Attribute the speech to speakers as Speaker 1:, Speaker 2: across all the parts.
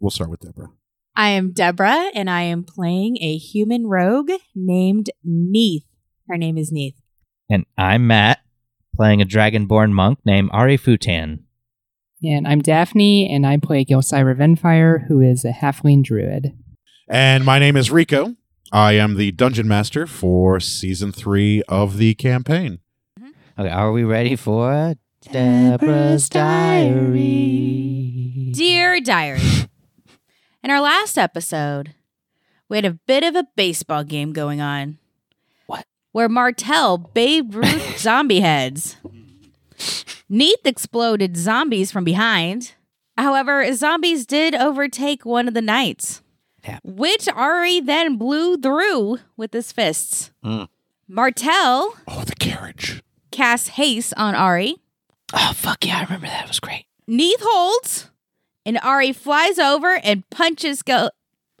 Speaker 1: We'll start with Deborah.
Speaker 2: I am Deborah, and I am playing a human rogue named Neith. Her name is Neith.
Speaker 3: And I'm Matt, playing a dragonborn monk named Ari Futan.
Speaker 4: And I'm Daphne, and I play Gilcyra Venfire, who is a halfling druid.
Speaker 1: And my name is Rico. I am the dungeon master for season three of the campaign.
Speaker 3: Okay, are we ready for Deborah's
Speaker 4: Deborah's Diary.
Speaker 3: Diary?
Speaker 2: Dear Diary, in our last episode, we had a bit of a baseball game going on.
Speaker 4: What?
Speaker 2: Where Martell Babe Ruth zombie heads. Neith exploded zombies from behind. However, zombies did overtake one of the knights,
Speaker 3: Yeah.
Speaker 2: which Ari then blew through with his fists.
Speaker 3: Mm.
Speaker 2: Martell
Speaker 1: Oh, the carriage.
Speaker 2: casts haste on Ari.
Speaker 4: Oh, fuck yeah, I remember that. It was great.
Speaker 2: Neith holds, and Ari flies over and punches Go.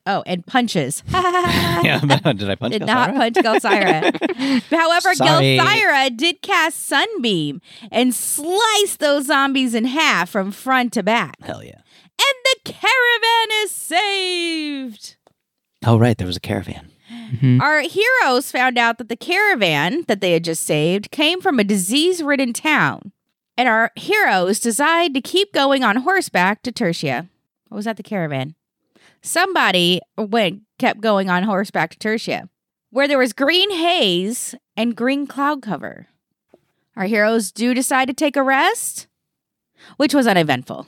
Speaker 2: Oh, and punches.
Speaker 3: yeah, did I punch
Speaker 2: Did not punch Gelsira. However,
Speaker 3: Sorry.
Speaker 2: Gelsira did cast Sunbeam and slice those zombies in half from front to back.
Speaker 3: Hell yeah.
Speaker 2: And the caravan is saved.
Speaker 3: Oh, right. There was a caravan.
Speaker 2: Our heroes found out that the caravan that they had just saved came from a disease ridden town, and our heroes decide to keep going on horseback to Tertia. What was that, the caravan? Somebody went, kept going on horseback to Tertia, where there was green haze and green cloud cover. Our heroes do decide to take a rest, which was uneventful.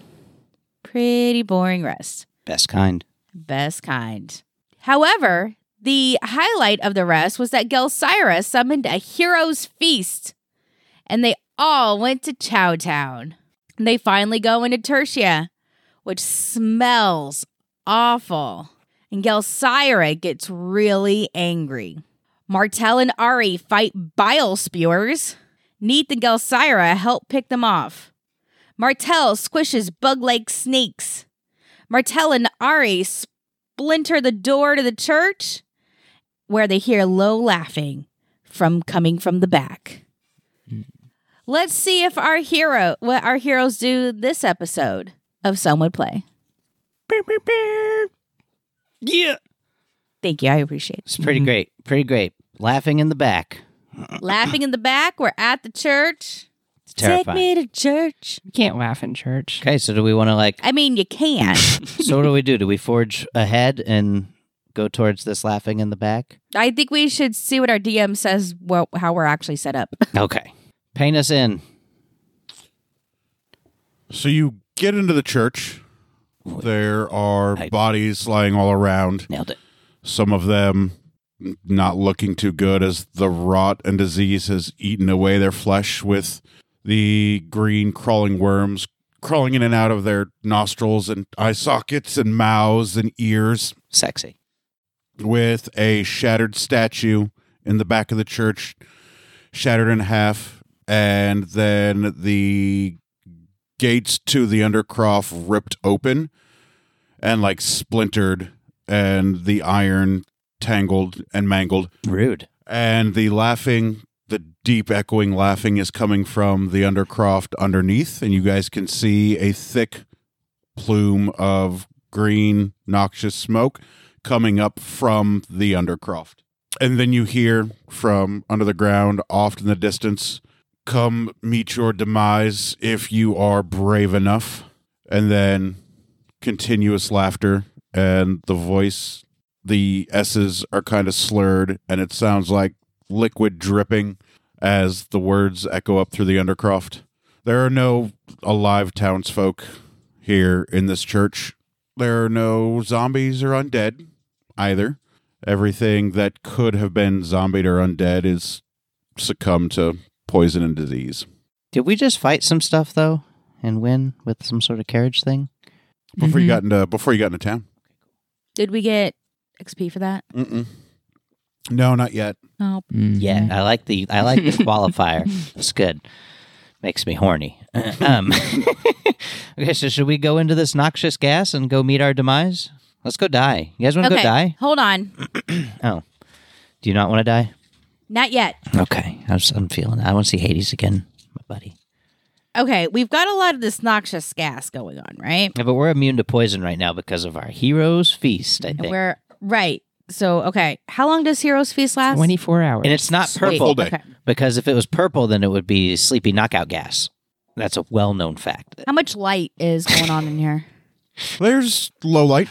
Speaker 2: Pretty boring rest
Speaker 3: Best kind.
Speaker 2: best kind. However, the highlight of the rest was that Gelsira summoned a hero's feast, and they all went to Chowtown. They finally go into Tertia, which smells awful. And Gelsira gets really angry. Martell and Ari fight bile spewers. Neith and Gelsira help pick them off. Martell squishes bug like snakes. Martell and Ari splinter the door to the church where they hear low laughing from coming from the back. Let's see if our hero what our heroes do this episode of Some Would Play.
Speaker 3: Yeah. Mm-hmm.
Speaker 2: Thank you, I appreciate
Speaker 3: It's pretty great. Pretty great. Laughing in the back.
Speaker 2: it. laughing in the back, we're at the church.
Speaker 3: It's terrifying.
Speaker 2: Take me to church.
Speaker 4: You can't laugh in church.
Speaker 3: Okay, so do we want to like.
Speaker 2: I mean you can.
Speaker 3: so what do we do? Do we forge ahead and go towards this laughing in the back?
Speaker 2: I think we should see what our DM says well, how we're actually set up.
Speaker 3: Okay. Paint us in.
Speaker 1: So you get into the church. There are
Speaker 3: I-
Speaker 1: bodies lying all around,
Speaker 3: Nailed it.
Speaker 1: some of them not looking too good as the rot and disease has eaten away their flesh with the green crawling worms crawling in and out of their nostrils and eye sockets and mouths and ears.
Speaker 3: Sexy.
Speaker 1: with a shattered statue in the back of the church, shattered in half, and then the gates to the undercroft ripped open and like splintered, and the iron tangled and mangled,
Speaker 3: Rude.
Speaker 1: and the laughing. The deep echoing laughing is coming from the undercroft underneath, and you guys can see a thick plume of green noxious smoke coming up from the undercroft. And then you hear from under the ground, off in the distance, come meet your demise if you are brave enough. And then continuous laughter and the voice, the S's are kind of slurred and it sounds like liquid dripping as the words echo up through the undercroft. There are no alive townsfolk here in this church. There are no zombies or undead either. Everything that could have been zombied or undead is succumbed to poison and disease.
Speaker 3: Did we just fight some stuff though, and win with some sort of carriage thing?
Speaker 1: Before you
Speaker 4: Mhm.
Speaker 1: got into before you got into town.
Speaker 2: Did we get XP for that?
Speaker 1: Mm-mm. No, not yet.
Speaker 2: Oh,
Speaker 3: Yeah,
Speaker 2: Yeah.
Speaker 3: I like the I like the qualifier. It's good. Makes me horny. um, okay, so should we go into this noxious gas and go meet our demise? Let's go die. You guys want to
Speaker 2: okay.
Speaker 3: go die? Oh.
Speaker 2: Hold on.
Speaker 3: Do you not want to die?
Speaker 2: Not yet.
Speaker 3: Okay, I'm, s- I'm feeling. I want to see Hades again, my buddy.
Speaker 2: Okay, we've got a lot of this noxious gas going on, right?
Speaker 3: Yeah, but we're immune to poison right now because of our hero's feast. I think,
Speaker 2: We're right. So, okay, how long does Heroes Feast last?
Speaker 4: 24 hours.
Speaker 3: and it's not
Speaker 2: Wait,
Speaker 3: purple
Speaker 1: day.
Speaker 2: Okay.
Speaker 3: because if it was purple, then it would be sleepy knockout gas. That's a well-known fact.
Speaker 2: How much light is going on in here?
Speaker 1: There's low light.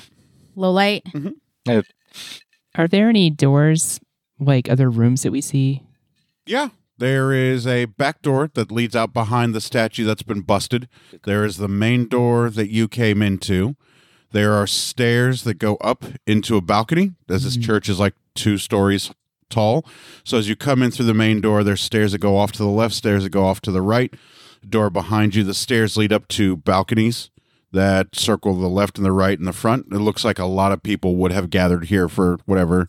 Speaker 2: Low light.
Speaker 4: Are there any doors, like other rooms that we see?
Speaker 1: Yeah. There is a back door that leads out behind the statue that's been busted. There is the main door that you came into. There are stairs that go up into a balcony, as this
Speaker 4: Mhm.
Speaker 1: church is like two stories tall. So as you come in through the main door, there's stairs that go off to the left, stairs that go off to the right. Door behind you, the stairs lead up to balconies that circle the left and the right and the front. It looks like a lot of people would have gathered here for whatever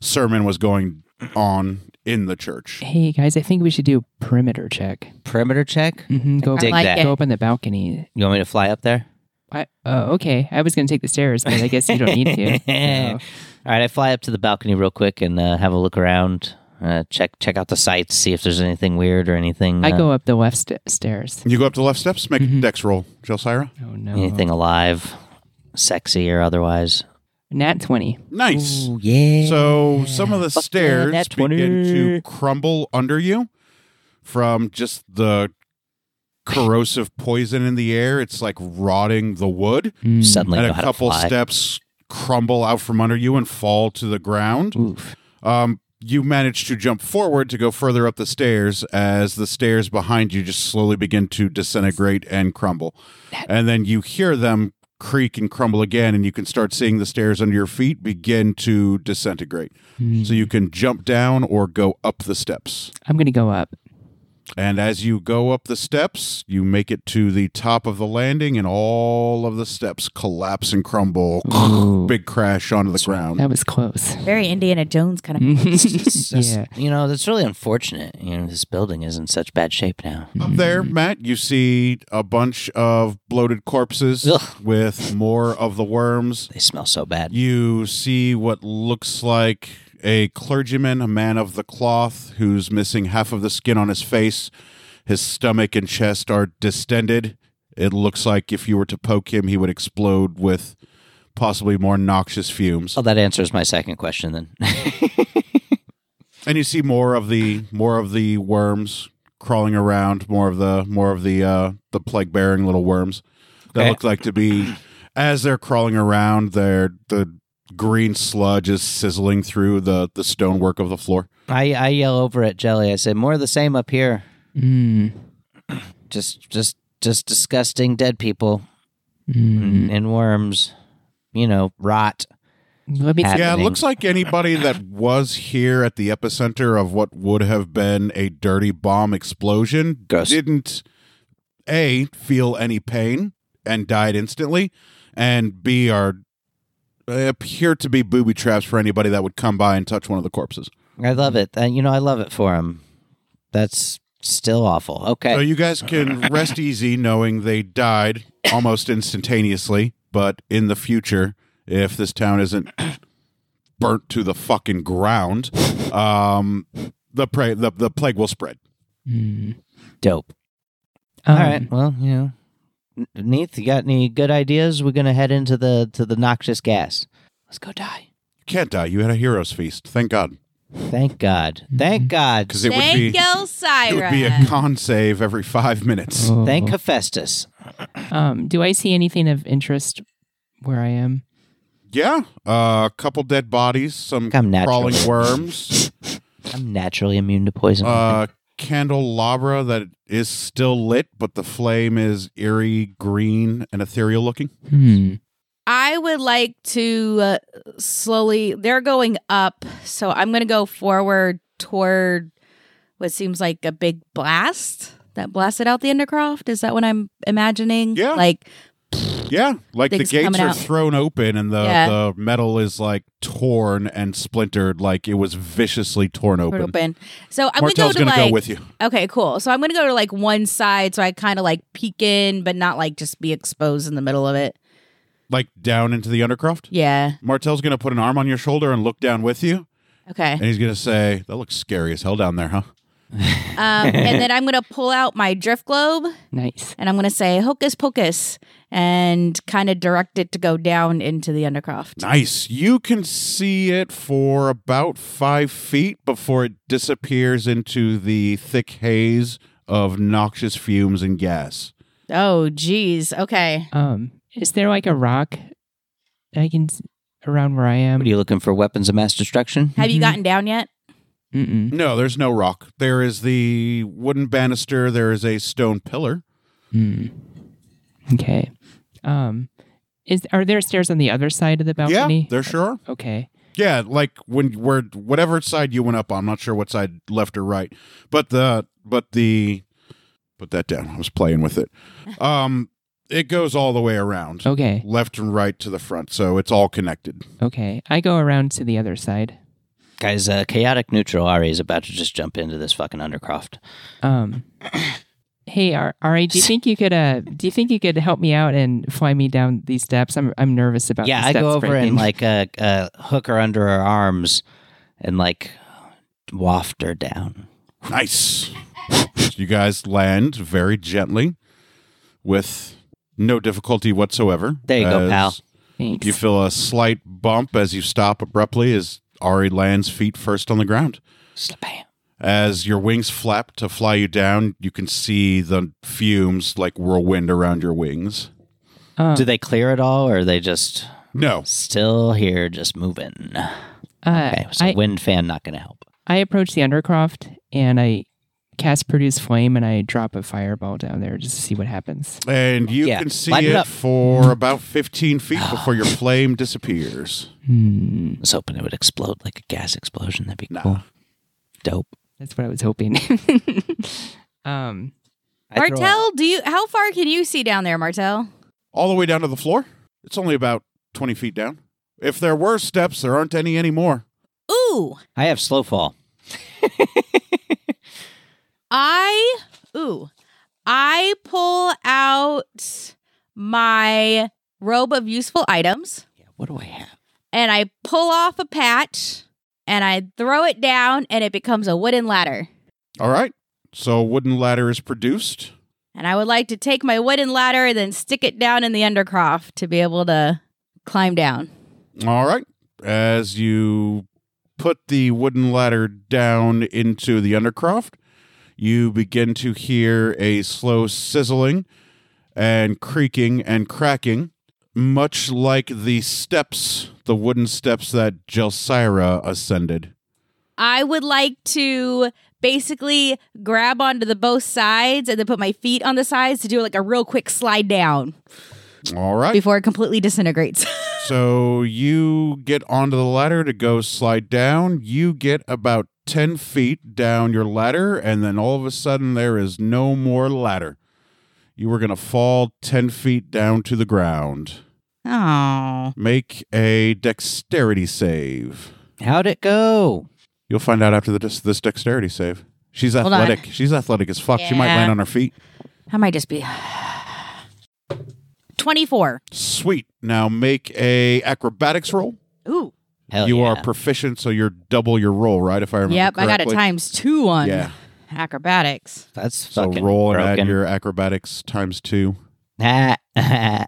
Speaker 1: sermon was going on in the church.
Speaker 4: Hey guys, I think we should do a perimeter check.
Speaker 3: Perimeter check.
Speaker 4: hmm Go, up,
Speaker 3: Dig
Speaker 2: like
Speaker 3: that.
Speaker 2: it.
Speaker 4: go up on the balcony.
Speaker 3: You want me to fly up there?
Speaker 4: I, oh, okay. I was going to take the stairs, but I guess you don't need to. so.
Speaker 3: All right, I fly up to the balcony real quick and uh, have a look around, uh, check check out the sights, see if there's anything weird or anything.
Speaker 4: I
Speaker 3: uh,
Speaker 4: go up the left st- stairs.
Speaker 1: You go up to the left steps, make a
Speaker 4: Mhm.
Speaker 1: dex roll, Jelsira.
Speaker 4: Oh no.
Speaker 3: anything alive, sexy or otherwise.
Speaker 4: Nat 20.
Speaker 1: Nice.
Speaker 3: Ooh, yeah.
Speaker 1: So some of the
Speaker 3: Fuck yeah,
Speaker 1: stairs
Speaker 3: nat 20.
Speaker 1: begin to crumble under you from just the corrosive poison in the air. It's like rotting the wood,
Speaker 4: Mm.
Speaker 3: suddenly
Speaker 1: and
Speaker 3: know
Speaker 1: a
Speaker 3: how
Speaker 1: couple
Speaker 3: to fly.
Speaker 1: steps crumble out from under you and fall to the ground.
Speaker 4: Oof.
Speaker 1: Um, you manage to jump forward to go further up the stairs as the stairs behind you just slowly begin to disintegrate and crumble. And then you hear them creak and crumble again, and you can start seeing the stairs under your feet begin to disintegrate.
Speaker 4: Mm.
Speaker 1: So you can jump down or go up the steps.
Speaker 4: I'm going to go up.
Speaker 1: And as you go up the steps, you make it to the top of the landing, and all of the steps collapse and crumble.
Speaker 4: Ooh.
Speaker 1: Big crash onto the ground.
Speaker 4: That was close.
Speaker 2: Very Indiana Jones kind
Speaker 1: Mm,
Speaker 2: of.
Speaker 3: It's just-
Speaker 4: yeah.
Speaker 3: You know, that's really unfortunate. You know, this building is in such bad shape now.
Speaker 1: Up there, Matt, you see a bunch of bloated corpses
Speaker 3: Ugh.
Speaker 1: with more of the worms.
Speaker 3: They smell so bad.
Speaker 1: You see what looks like a clergyman, a man of the cloth, who's missing half of the skin on his face. His stomach and chest are distended. It looks like if you were to poke him, he would explode with possibly more noxious fumes.
Speaker 3: Oh, that answers my second question then.
Speaker 1: And you see more of the more of the worms crawling around, more of the more of the uh, the plague bearing little worms that
Speaker 3: Okay.
Speaker 1: look like to be as they're crawling around, their the green sludge is sizzling through the the stonework of the floor.
Speaker 3: I, I yell over at Jelly. I say, more of the same up here.
Speaker 4: Mm.
Speaker 3: Just, just, just disgusting dead people
Speaker 4: Mm.
Speaker 3: and, and worms. You know, rot.
Speaker 4: Let me
Speaker 3: At-
Speaker 1: Yeah, it
Speaker 3: Happening.
Speaker 1: looks like anybody that was here at the epicenter of what would have been a dirty bomb explosion
Speaker 3: Gross.
Speaker 1: didn't a feel any pain and died instantly, and b are appear to be booby traps for anybody that would come by and touch one of the corpses.
Speaker 3: I love it. Uh, you know, I love it for him. That's still awful. Okay.
Speaker 1: So you guys can rest easy knowing they died almost instantaneously, but in the future, if this town isn't burnt to the fucking ground, um, the, pra- the the plague will spread.
Speaker 4: Mm.
Speaker 3: Dope.
Speaker 4: Um,
Speaker 3: All right. Well, you know, N- Neith, you got any good ideas? We're gonna head into the to the noxious gas. Let's go die.
Speaker 1: You can't die. You had a hero's feast. Thank God,
Speaker 3: Thank God. Thank God.
Speaker 1: because it would
Speaker 2: Thank
Speaker 1: be
Speaker 2: you,
Speaker 1: it
Speaker 2: Syra.
Speaker 1: would be a con save every five minutes.
Speaker 4: Oh.
Speaker 3: Thank Hephaestus.
Speaker 4: Um, do I see anything of interest where I am?
Speaker 1: Yeah, uh, a couple dead bodies, some
Speaker 3: I'm natural.
Speaker 1: crawling worms,
Speaker 3: I'm naturally immune to poison.
Speaker 1: uh, candelabra that is still lit, but the flame is eerie green and ethereal looking.
Speaker 4: Hmm.
Speaker 2: I would like to uh, slowly, they're going up. So I'm going to go forward toward what seems like a big blast that blasted out the Endercroft. Is that what I'm imagining?
Speaker 1: Yeah.
Speaker 2: Like,
Speaker 1: Yeah, like
Speaker 2: Things
Speaker 1: the gates
Speaker 2: coming
Speaker 1: are
Speaker 2: out.
Speaker 1: thrown open and the,
Speaker 2: Yeah.
Speaker 1: the metal is like torn and splintered, like it was viciously torn
Speaker 2: open.
Speaker 1: open.
Speaker 2: open. So I'm going to go
Speaker 1: Martel's
Speaker 2: to
Speaker 1: gonna
Speaker 2: like,
Speaker 1: go with you.
Speaker 2: okay, cool. So I'm going to go to like one side. So I kind of like peek in, but not like just be exposed in the middle of it.
Speaker 1: Like down into the undercroft.
Speaker 2: Yeah.
Speaker 1: Martel's gonna put an arm on your shoulder and look down with you,
Speaker 2: Okay.
Speaker 1: and he's gonna say, "That looks scary as hell down there, huh?"
Speaker 2: Um, and then I'm going to pull out my drift globe
Speaker 4: Nice.
Speaker 2: and I'm going to say hocus pocus and kind of direct it to go down into the Undercroft.
Speaker 1: Nice. You can see it for about five feet before it disappears into the thick haze of noxious fumes and gas.
Speaker 2: Oh, geez. Okay.
Speaker 4: Um, is there like a rock I can s- around where I am?
Speaker 3: What are you looking for? Weapons of mass destruction?
Speaker 2: Have you
Speaker 4: Mhm.
Speaker 2: gotten down yet?
Speaker 4: Mm-mm.
Speaker 1: No, there's no rock. There is the wooden banister, there is a stone pillar.
Speaker 4: Hmm. Okay. Um, is are there stairs on the other side of the balcony?
Speaker 1: Yeah, there sure are.
Speaker 4: Okay.
Speaker 1: Yeah, like when where whatever side you went up on, I'm not sure what side left or right. But the but the put that down. I was playing with it. Um it goes all the way around.
Speaker 4: Okay.
Speaker 1: Left and right to the front, so it's all connected.
Speaker 4: Okay. I go around to the other side.
Speaker 3: Guys, uh, chaotic neutral Ari is about to just jump into this fucking undercroft.
Speaker 4: Um. Hey, Ar- Ari, do you think you could uh, do you think you could help me out and fly me down these steps? I'm I'm nervous about.
Speaker 3: yeah,
Speaker 4: the
Speaker 3: I
Speaker 4: steps
Speaker 3: go over
Speaker 4: breaking.
Speaker 3: and like uh, uh, hook her under her arms and like waft her down.
Speaker 1: Nice. you guys land very gently with no difficulty whatsoever.
Speaker 3: There you go,
Speaker 1: As
Speaker 3: pal.
Speaker 4: Thanks.
Speaker 1: You feel a slight bump as you stop abruptly as Ari lands feet first on the ground.
Speaker 3: Slap-bam.
Speaker 1: As your wings flap to fly you down, you can see the fumes like whirlwind around your wings.
Speaker 4: Um,
Speaker 3: Do they clear it all or are they just
Speaker 1: No.
Speaker 3: still here just moving?
Speaker 4: uh,
Speaker 3: Okay, so
Speaker 4: I-
Speaker 3: wind fan not going to help.
Speaker 4: I approach the Undercroft and I cast produce flame and I drop a fireball down there just to see what happens.
Speaker 1: And you
Speaker 3: Yeah,
Speaker 1: can see
Speaker 3: light it
Speaker 1: it
Speaker 3: up.
Speaker 1: for about 15 feet before your flame disappears.
Speaker 4: Hmm.
Speaker 3: I was hoping it would explode like a gas explosion. That'd be
Speaker 1: Nah.
Speaker 3: cool. Dope.
Speaker 4: That's what I was hoping. um,
Speaker 3: I throw
Speaker 2: Martel, do you how far can you see down there, Martel?
Speaker 1: all the way down to the floor. It's only about 20 feet down. If there were steps, there aren't any anymore.
Speaker 2: Ooh.
Speaker 3: a- I have slow fall.
Speaker 2: I ooh. I pull out my robe of useful items
Speaker 3: Yeah, what do I have?
Speaker 2: and I pull off a patch and I throw it down and it becomes a wooden ladder.
Speaker 1: All right. So a wooden ladder is produced.
Speaker 2: And I would like to take my wooden ladder and then stick it down in the undercroft to be able to climb down.
Speaker 1: All right. As you put the wooden ladder down into the undercroft, you begin to hear a slow sizzling and creaking and cracking, much like the steps, the wooden steps that Jelsira ascended.
Speaker 2: I would like to basically grab onto the both sides and then put my feet on the sides to do like a real quick slide down
Speaker 1: All right.
Speaker 2: before it completely disintegrates.
Speaker 1: So you get onto the ladder to go slide down. You get about 10 feet down your ladder, and then all of a sudden there is no more ladder. You were going to fall 10 feet down to the ground.
Speaker 2: oh.
Speaker 1: Make a dexterity save.
Speaker 3: How'd it go?
Speaker 1: You'll find out after the dis- this dexterity save. She's
Speaker 2: Hold on.
Speaker 1: athletic. She's athletic as fuck. She might
Speaker 2: Yeah.
Speaker 1: land on her feet.
Speaker 2: I might just be 24.
Speaker 1: Sweet. Now make a acrobatics roll.
Speaker 2: Ooh.
Speaker 3: Hell
Speaker 1: you
Speaker 3: yeah.
Speaker 1: are proficient, so you're double your roll, right? If I remember
Speaker 2: Yep, I got it
Speaker 1: correctly.
Speaker 2: times two on
Speaker 1: Yeah.
Speaker 2: acrobatics.
Speaker 3: That's
Speaker 1: So
Speaker 3: fucking
Speaker 1: roll and
Speaker 3: broken.
Speaker 1: add your acrobatics times two.
Speaker 3: Nah. nah.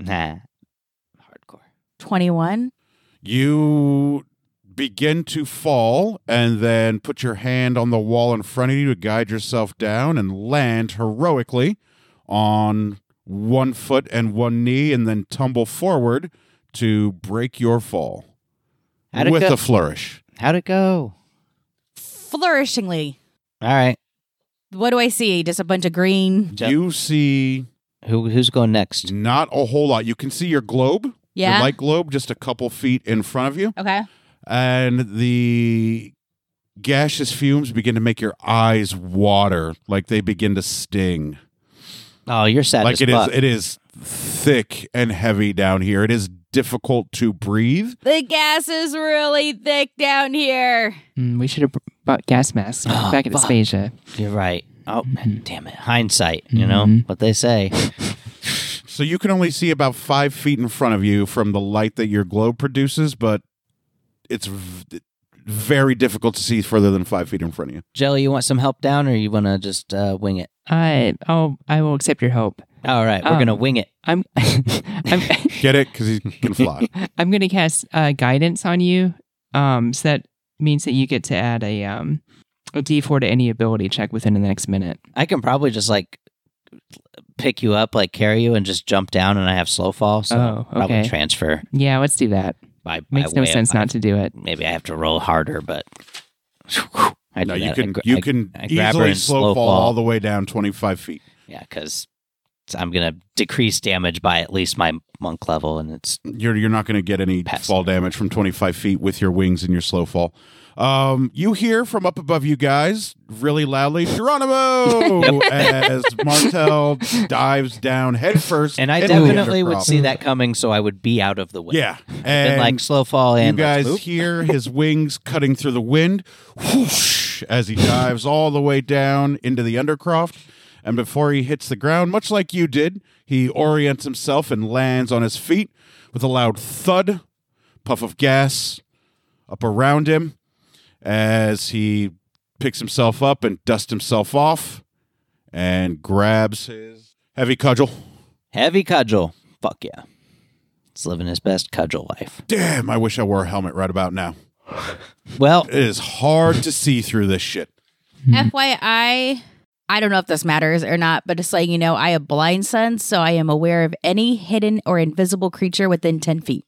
Speaker 3: Hardcore.
Speaker 2: 21.
Speaker 1: You begin to fall and then put your hand on the wall in front of you to guide yourself down and land heroically on one foot and one knee and then tumble forward to break your fall
Speaker 3: How'd it
Speaker 1: with
Speaker 3: go?
Speaker 1: a flourish.
Speaker 3: How'd it go?
Speaker 2: Flourishingly.
Speaker 3: All right.
Speaker 2: What do I see? Just a bunch of green.
Speaker 3: Yep.
Speaker 1: You see
Speaker 3: Who who's going next?
Speaker 1: not a whole lot. You can see your globe,
Speaker 2: Yeah.
Speaker 1: your light globe, just a couple feet in front of you,
Speaker 2: okay.
Speaker 1: and the gaseous fumes begin to make your eyes water, like they begin to sting.
Speaker 3: Oh, you're sad
Speaker 1: Mm-hmm. like it
Speaker 3: as
Speaker 1: is,
Speaker 3: fuck.
Speaker 1: it is thick and heavy down here. It is difficult to breathe.
Speaker 2: The gas is really thick down here.
Speaker 4: Mm, we should have bought gas masks
Speaker 3: Oh,
Speaker 4: back in
Speaker 3: fuck.
Speaker 4: Aspasia.
Speaker 3: You're right. Oh,
Speaker 1: Mm-hmm.
Speaker 3: damn it. Hindsight, you know
Speaker 4: Mhm.
Speaker 3: what they say.
Speaker 1: So you can only see about five feet in front of you from the light that your globe produces, but it's v- very difficult to see further than five feet in front of you.
Speaker 3: Jelly, you want some help down or you want to just uh, wing it?
Speaker 4: I I'll I will accept your help.
Speaker 3: All right, we're
Speaker 4: Um,
Speaker 3: going to wing it.
Speaker 4: I'm I'm
Speaker 1: Get it? Because he can fly.
Speaker 4: I'm gonna cast uh, guidance on you. Um, so that means that you get to add a um a D4 to any ability check within the next minute.
Speaker 3: I can probably just like pick you up, like carry you and just jump down and I have slow fall. So
Speaker 4: Oh,
Speaker 3: probably
Speaker 4: okay.
Speaker 3: transfer
Speaker 4: Yeah, let's do that.
Speaker 3: by, by
Speaker 4: Makes no
Speaker 3: way of-
Speaker 4: sense not to do it.
Speaker 3: Maybe I have to roll harder, but I
Speaker 1: no,
Speaker 3: do
Speaker 1: you
Speaker 3: that. I
Speaker 1: can
Speaker 3: gra-
Speaker 1: you
Speaker 3: I-
Speaker 1: can
Speaker 3: grab her
Speaker 1: easily
Speaker 3: and
Speaker 1: slow,
Speaker 3: slow
Speaker 1: fall,
Speaker 3: fall.
Speaker 1: all the way down twenty five feet.
Speaker 3: yeah, because I'm gonna decrease damage by at least my monk level, and it's
Speaker 1: You're you're not going to get any
Speaker 3: Pass.
Speaker 1: fall damage from twenty five feet with your wings and your slow fall. Um, you hear from up above you guys really loudly, Geronimo, as Martel dives down headfirst.
Speaker 3: and I
Speaker 1: into the
Speaker 3: definitely would
Speaker 1: undercroft.
Speaker 3: see that coming, so I would be out of the way.
Speaker 1: Yeah,
Speaker 3: and,
Speaker 1: and
Speaker 3: like slow fall
Speaker 1: you
Speaker 3: in. let's
Speaker 1: guys
Speaker 3: move.
Speaker 1: hear his wings cutting through the wind, whoosh, as he dives all the way down into the undercroft. And before he hits the ground, much like you did, he orients himself and lands on his feet with a loud thud, puff of gas up around him as he picks himself up and dusts himself off and grabs his heavy cudgel.
Speaker 3: heavy cudgel. Fuck yeah, it's living his best cudgel life.
Speaker 1: Damn, I wish I wore a helmet right about now.
Speaker 3: Well,
Speaker 1: It is hard to see through this shit. Hmm.
Speaker 2: FYI, I don't know if this matters or not, but just letting you know, I have blind sense, so I am aware of any hidden or invisible creature within 10 feet.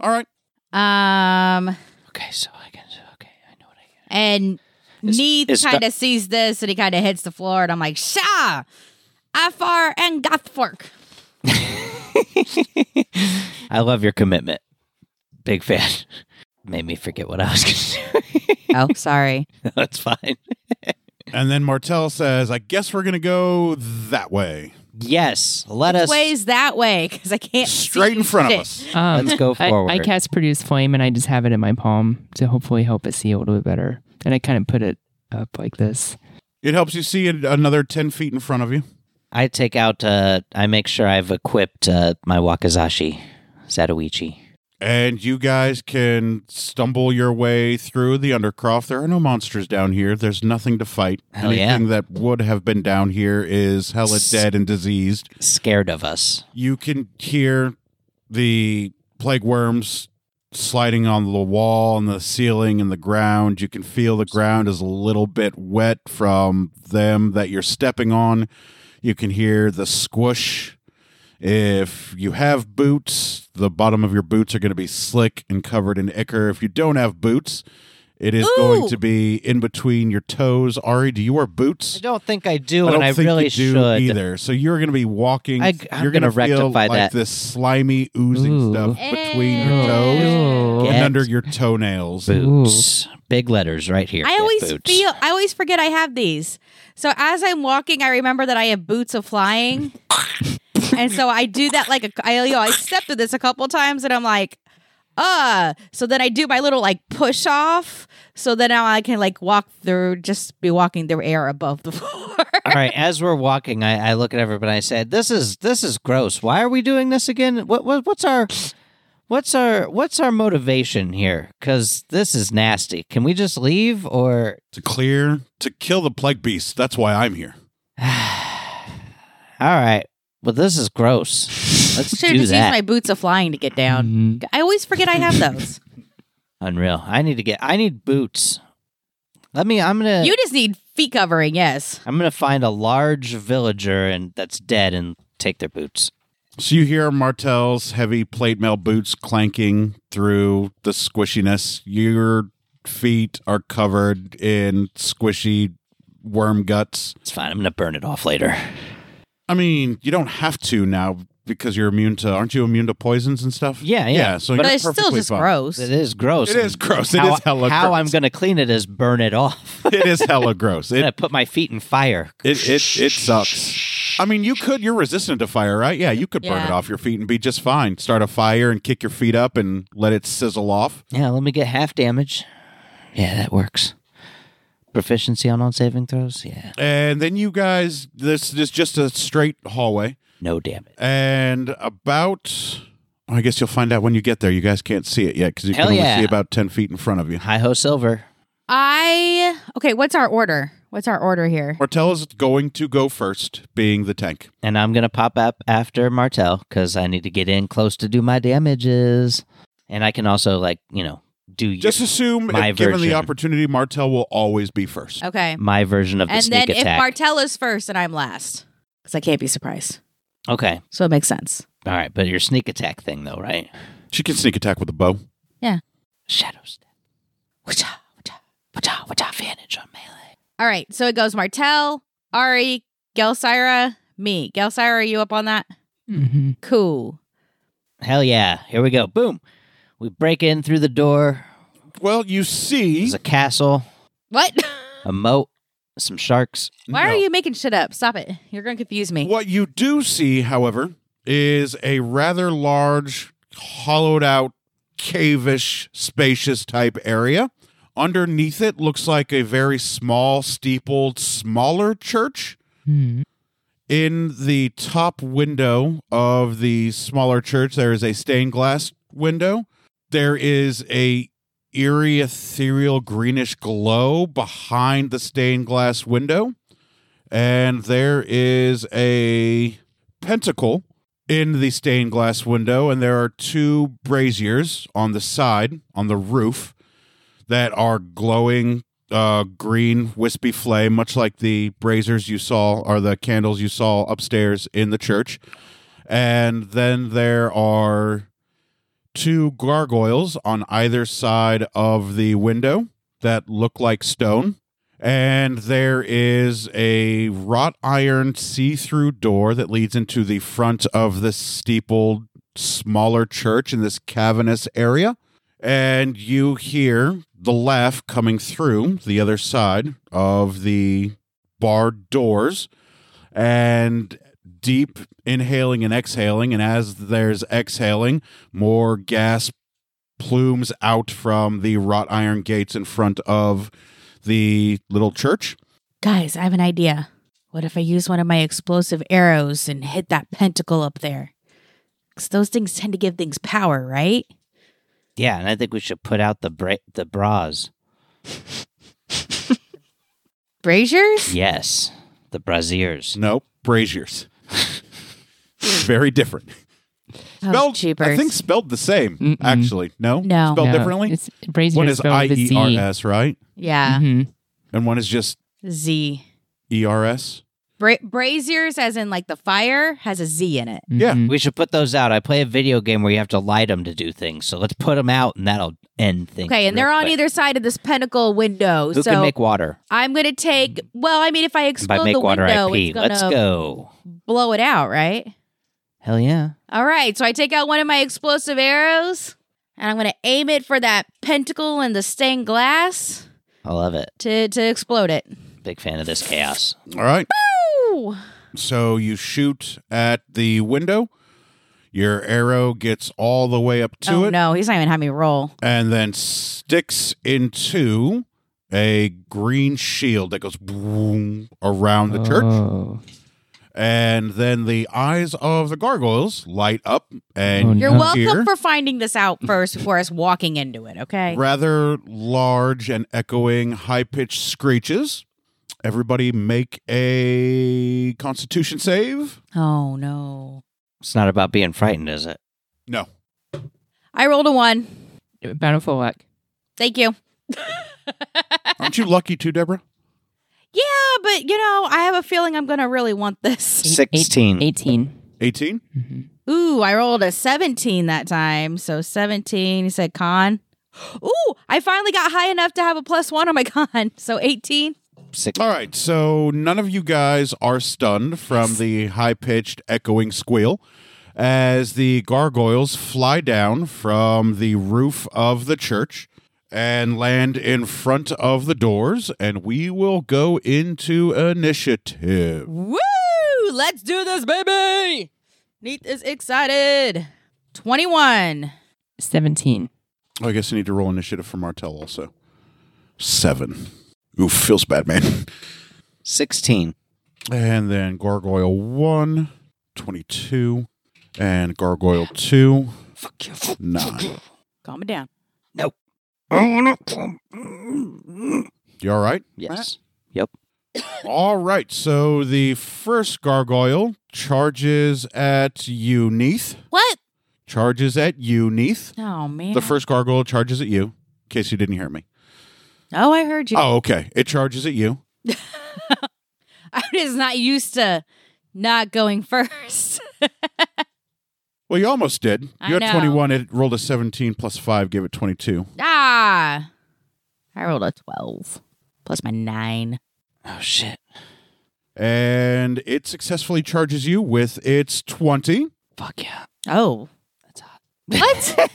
Speaker 1: All right.
Speaker 2: Um,
Speaker 3: okay, so I can. Okay, I know what I can.
Speaker 2: and
Speaker 3: Is-
Speaker 2: Neith
Speaker 3: is
Speaker 2: kind of sees this and he kind of hits the floor, and I'm like, Sha! Afar and Gothfork.
Speaker 3: I love your commitment. Big fan. Made me forget what I was going to
Speaker 2: oh, sorry.
Speaker 3: do. That's fine.
Speaker 1: And then Martel says, I guess we're going to go that way.
Speaker 3: Yes, let us.
Speaker 2: Ways that way because I can't. see
Speaker 1: Straight in front of
Speaker 2: shit.
Speaker 1: us.
Speaker 4: Um,
Speaker 3: Let's go
Speaker 4: I-
Speaker 3: forward.
Speaker 4: I, cast produce flame and I just have it in my palm to hopefully help it see a little bit better. And I kind of put it up like this.
Speaker 1: It helps you see it another 10 feet in front of you.
Speaker 3: I take out. Uh, I make sure I've equipped uh, my Wakazashi, Zatoichi.
Speaker 1: And you guys can stumble your way through the undercroft. There are no monsters down here. There's nothing to fight.
Speaker 3: Hell yeah.
Speaker 1: Anything that would have been down here is hella
Speaker 3: S-
Speaker 1: dead and diseased.
Speaker 3: Scared of us.
Speaker 1: You can hear the plague worms sliding on the wall and the ceiling and the ground. You can feel the ground is a little bit wet from them that you're stepping on. You can hear the squish. If you have boots, the bottom of your boots are going to be slick and covered in ichor. If you don't have boots, it is
Speaker 2: Ooh.
Speaker 1: going to be in between your toes. Ari, do you wear boots?
Speaker 3: I don't think I do,
Speaker 1: I
Speaker 3: and
Speaker 1: don't
Speaker 3: I
Speaker 1: think
Speaker 3: really
Speaker 1: you do
Speaker 3: should.
Speaker 1: either. So you're going to be walking.
Speaker 3: I- I'm
Speaker 1: you're
Speaker 3: gonna
Speaker 1: to feel
Speaker 3: rectify
Speaker 1: like
Speaker 3: that.
Speaker 1: this slimy oozing
Speaker 4: Ooh.
Speaker 1: stuff between
Speaker 2: Eh.
Speaker 1: your
Speaker 4: Ew.
Speaker 1: toes
Speaker 4: Ew.
Speaker 1: and
Speaker 3: Get
Speaker 1: under your toenails.
Speaker 3: Boots, big letters right here.
Speaker 2: I
Speaker 3: Get
Speaker 2: always
Speaker 3: boots.
Speaker 2: feel I always forget I have these. So as I'm walking, I remember that I have boots of flying, and so I do that like a, I you know, I stepped to this a couple times, and I'm like, uh. So then I do my little like push off. So then now I can like walk through, just be walking through air above the floor.
Speaker 3: All right, as we're walking, I, I look at everybody. I said, "This is this is gross. Why are we doing this again? What, what what's our what's our what's our motivation here? Because this is nasty. Can we just leave or?"
Speaker 1: To clear, to kill the plague beast. That's why I'm here.
Speaker 3: All right. Well, this is gross. Let's
Speaker 2: Should have
Speaker 3: do
Speaker 2: just used my
Speaker 3: that.
Speaker 2: boots of flying to get down.
Speaker 4: Mhm.
Speaker 2: I always forget I have those.
Speaker 3: Unreal. I need to get. I need boots. Let me. I'm gonna.
Speaker 2: You just need feet covering. Yes.
Speaker 3: I'm gonna find a large villager and that's dead and take their boots.
Speaker 1: So you hear Martel's heavy plate mail boots clanking through the squishiness. Your feet are covered in squishy worm guts.
Speaker 3: It's fine. I'm gonna burn it off later.
Speaker 1: I mean, you don't have to now because you're immune to. Aren't you immune to poisons and stuff?
Speaker 3: Yeah, yeah.
Speaker 1: so
Speaker 2: But
Speaker 1: you're
Speaker 2: it's still
Speaker 1: perfectly
Speaker 2: just
Speaker 1: fine.
Speaker 2: gross.
Speaker 3: It is gross.
Speaker 1: It is gross. It
Speaker 3: how,
Speaker 1: is hella
Speaker 3: How
Speaker 1: gross.
Speaker 3: I'm gonna clean it is burn it off.
Speaker 1: It is hella gross.
Speaker 3: I'm gonna
Speaker 1: It
Speaker 3: put my feet in fire.
Speaker 1: it it, it sucks. I mean, you could. You're resistant to fire, right? Yeah, you could burn
Speaker 2: Yeah.
Speaker 1: it off your feet and be just fine. Start a fire and kick your feet up and let it sizzle off.
Speaker 3: Yeah, let me get half damage. Yeah, that works. Proficiency on all saving throws. Yeah,
Speaker 1: And then you guys, this is just a straight hallway.
Speaker 3: no damage.
Speaker 1: And about, I guess you'll find out when you get there. You guys can't see it yet because you
Speaker 3: Hell
Speaker 1: can only
Speaker 3: yeah.
Speaker 1: see about ten feet in front of you.
Speaker 3: Hi ho, silver.
Speaker 2: I okay. What's our order? What's our order here?
Speaker 1: Martell is going to go first, being the tank.
Speaker 3: And I'm gonna pop up after Martel because I need to get in close to do my damages. And I can also like you know do
Speaker 1: Just
Speaker 3: your,
Speaker 1: assume,
Speaker 3: My
Speaker 1: if given the
Speaker 3: version.
Speaker 1: opportunity, Martell will always be first.
Speaker 2: Okay,
Speaker 3: my version of the
Speaker 2: and
Speaker 3: sneak
Speaker 2: then if
Speaker 3: attack.
Speaker 2: Martell is first and I'm last, because I can't be surprised,
Speaker 3: okay,
Speaker 2: so it makes sense.
Speaker 3: all right. But your sneak attack thing though, right?
Speaker 1: She can sneak attack with a bow.
Speaker 3: Shadow step.
Speaker 2: Wacha, wacha.
Speaker 3: What's what's advantage on melee?
Speaker 2: All right, so it goes Martell, Ari, Gelsira, me. Gelsira, are you up on that?
Speaker 4: Mm-hmm.
Speaker 2: Cool.
Speaker 3: Hell yeah! Here we go. Boom. We break in through the door.
Speaker 1: Well, you see,
Speaker 3: There's a castle,
Speaker 2: What?
Speaker 3: a moat, some sharks.
Speaker 2: Why
Speaker 1: No.
Speaker 2: are you making shit up? Stop it. You're gonna confuse me.
Speaker 1: What you do see, however, is a rather large, hollowed out, cavish, spacious type area. Underneath it looks like a very small, steepled, smaller church.
Speaker 4: Mm-hmm.
Speaker 1: In the top window of the smaller church, there is a stained glass window. There is a eerie, ethereal, greenish glow behind the stained glass window, and there is a pentacle in the stained glass window, and there are two braziers on the side on the roof that are glowing uh, green, wispy flame, much like the braziers you saw or the candles you saw upstairs in the church. And then there are two gargoyles on either side of the window that look like stone. And there is a wrought iron see through door that leads into the front of this steepled, smaller church in this cavernous area and you hear the laugh coming through the other side of the barred doors and deep inhaling and exhaling and as there's exhaling more gas plumes out from the wrought iron gates in front of the little church
Speaker 2: Guys, I have an idea. What if I use one of my explosive arrows and hit that pentacle up there? Because those things tend to give things power, right?
Speaker 3: Yeah, and I think we should put out the bra- the bras.
Speaker 2: Braziers?
Speaker 3: Yes, the braziers.
Speaker 1: no braziers very different
Speaker 2: Oh,
Speaker 1: spelled i
Speaker 2: jeepers.
Speaker 1: think spelled the same
Speaker 4: Mm-mm.
Speaker 1: actually no
Speaker 2: No.
Speaker 1: spelled differently
Speaker 4: It's brazier
Speaker 1: one
Speaker 4: is
Speaker 1: is E
Speaker 4: spelled with a Z.
Speaker 1: i-e-r-s right
Speaker 2: Yeah.
Speaker 4: Mhm.
Speaker 1: and one is just E
Speaker 2: Z.
Speaker 1: ERS.
Speaker 2: Bra- braziers, as in like the fire, has a Z in it.
Speaker 1: Yeah.
Speaker 4: Mhm.
Speaker 3: We should put those out. I play a video game where you have to light them to do things, so let's put them out, and that'll end things.
Speaker 2: Okay, and
Speaker 3: real
Speaker 2: they're on
Speaker 3: quick.
Speaker 2: either side of this pentacle window.
Speaker 3: Who
Speaker 2: so
Speaker 3: can make water?
Speaker 2: I'm going to take, well, I mean, if I
Speaker 3: By
Speaker 2: explode
Speaker 3: make
Speaker 2: the
Speaker 3: water,
Speaker 2: window,
Speaker 3: I pee.
Speaker 2: it's going
Speaker 3: Let's
Speaker 2: to
Speaker 3: go.
Speaker 2: blow it out, right?
Speaker 3: Hell yeah!
Speaker 2: All right, so I take out one of my explosive arrows and I'm going to aim it for that pentacle and the stained glass
Speaker 3: I love it.
Speaker 2: to, to explode it. Oh,
Speaker 3: Big fan of this chaos.
Speaker 1: All right.
Speaker 2: Ooh.
Speaker 1: So you shoot at the window. Your arrow gets all the way up to
Speaker 2: oh,
Speaker 1: it
Speaker 2: no, he's not even having me roll.
Speaker 1: and then sticks into a green shield that goes boom around the church.
Speaker 4: Oh.
Speaker 1: And then the eyes of the gargoyles light up
Speaker 4: Oh,
Speaker 1: and
Speaker 4: no.
Speaker 2: You're
Speaker 4: Yeah.
Speaker 2: welcome
Speaker 1: Here.
Speaker 2: for finding this out first before us walking into it, okay?
Speaker 1: rather large and echoing high pitched screeches. Everybody make a constitution save.
Speaker 2: Oh, no.
Speaker 3: It's not about being frightened, is it?
Speaker 1: No.
Speaker 2: I rolled a one.
Speaker 4: Bountiful luck.
Speaker 2: Thank you.
Speaker 1: Aren't you lucky too, Deborah?
Speaker 2: Yeah, but you know, I have a feeling I'm going to really want this.
Speaker 3: Sixteen.
Speaker 4: 18.
Speaker 1: 18?
Speaker 4: Mm-hmm.
Speaker 2: Ooh, I rolled a 17 that time. So 17, you said con. Ooh, I finally got high enough to have a plus one on my con. So 18.
Speaker 3: six.
Speaker 1: All right, so none of you guys are stunned from the high pitched echoing squeal as the gargoyles fly down from the roof of the church and land in front of the doors, and we will go into initiative.
Speaker 2: Woo! Let's do this, baby! Neith is excited. 21.
Speaker 4: 17.
Speaker 1: Oh, I guess I need to roll initiative for Martell also. Seven. Oof, feels bad, man.
Speaker 3: 16.
Speaker 1: And then Gargoyle 1, 22. And Gargoyle 2,
Speaker 3: Fuck you.
Speaker 1: 9.
Speaker 2: Calm it down.
Speaker 3: Mm.
Speaker 1: You all right?
Speaker 3: Yes.
Speaker 1: All right. So the first Gargoyle charges at you, Neith.
Speaker 2: What?
Speaker 1: Charges at you, Neith.
Speaker 2: Oh, man.
Speaker 1: The first Gargoyle charges at you, in case you didn't hear me.
Speaker 2: oh, I heard you.
Speaker 1: Oh, okay. It charges at you.
Speaker 2: I'm just not used to not going first.
Speaker 1: Well, you almost did.
Speaker 2: I
Speaker 1: You had
Speaker 2: know.
Speaker 1: 21. It rolled a 17 plus 5, gave it 22.
Speaker 2: ah! I rolled a 12 plus my 9.
Speaker 3: Oh, shit.
Speaker 1: And it successfully charges you with its 20.
Speaker 3: Fuck yeah.
Speaker 2: Oh.
Speaker 3: That's hot.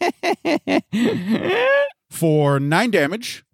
Speaker 2: What?
Speaker 1: for nine damage,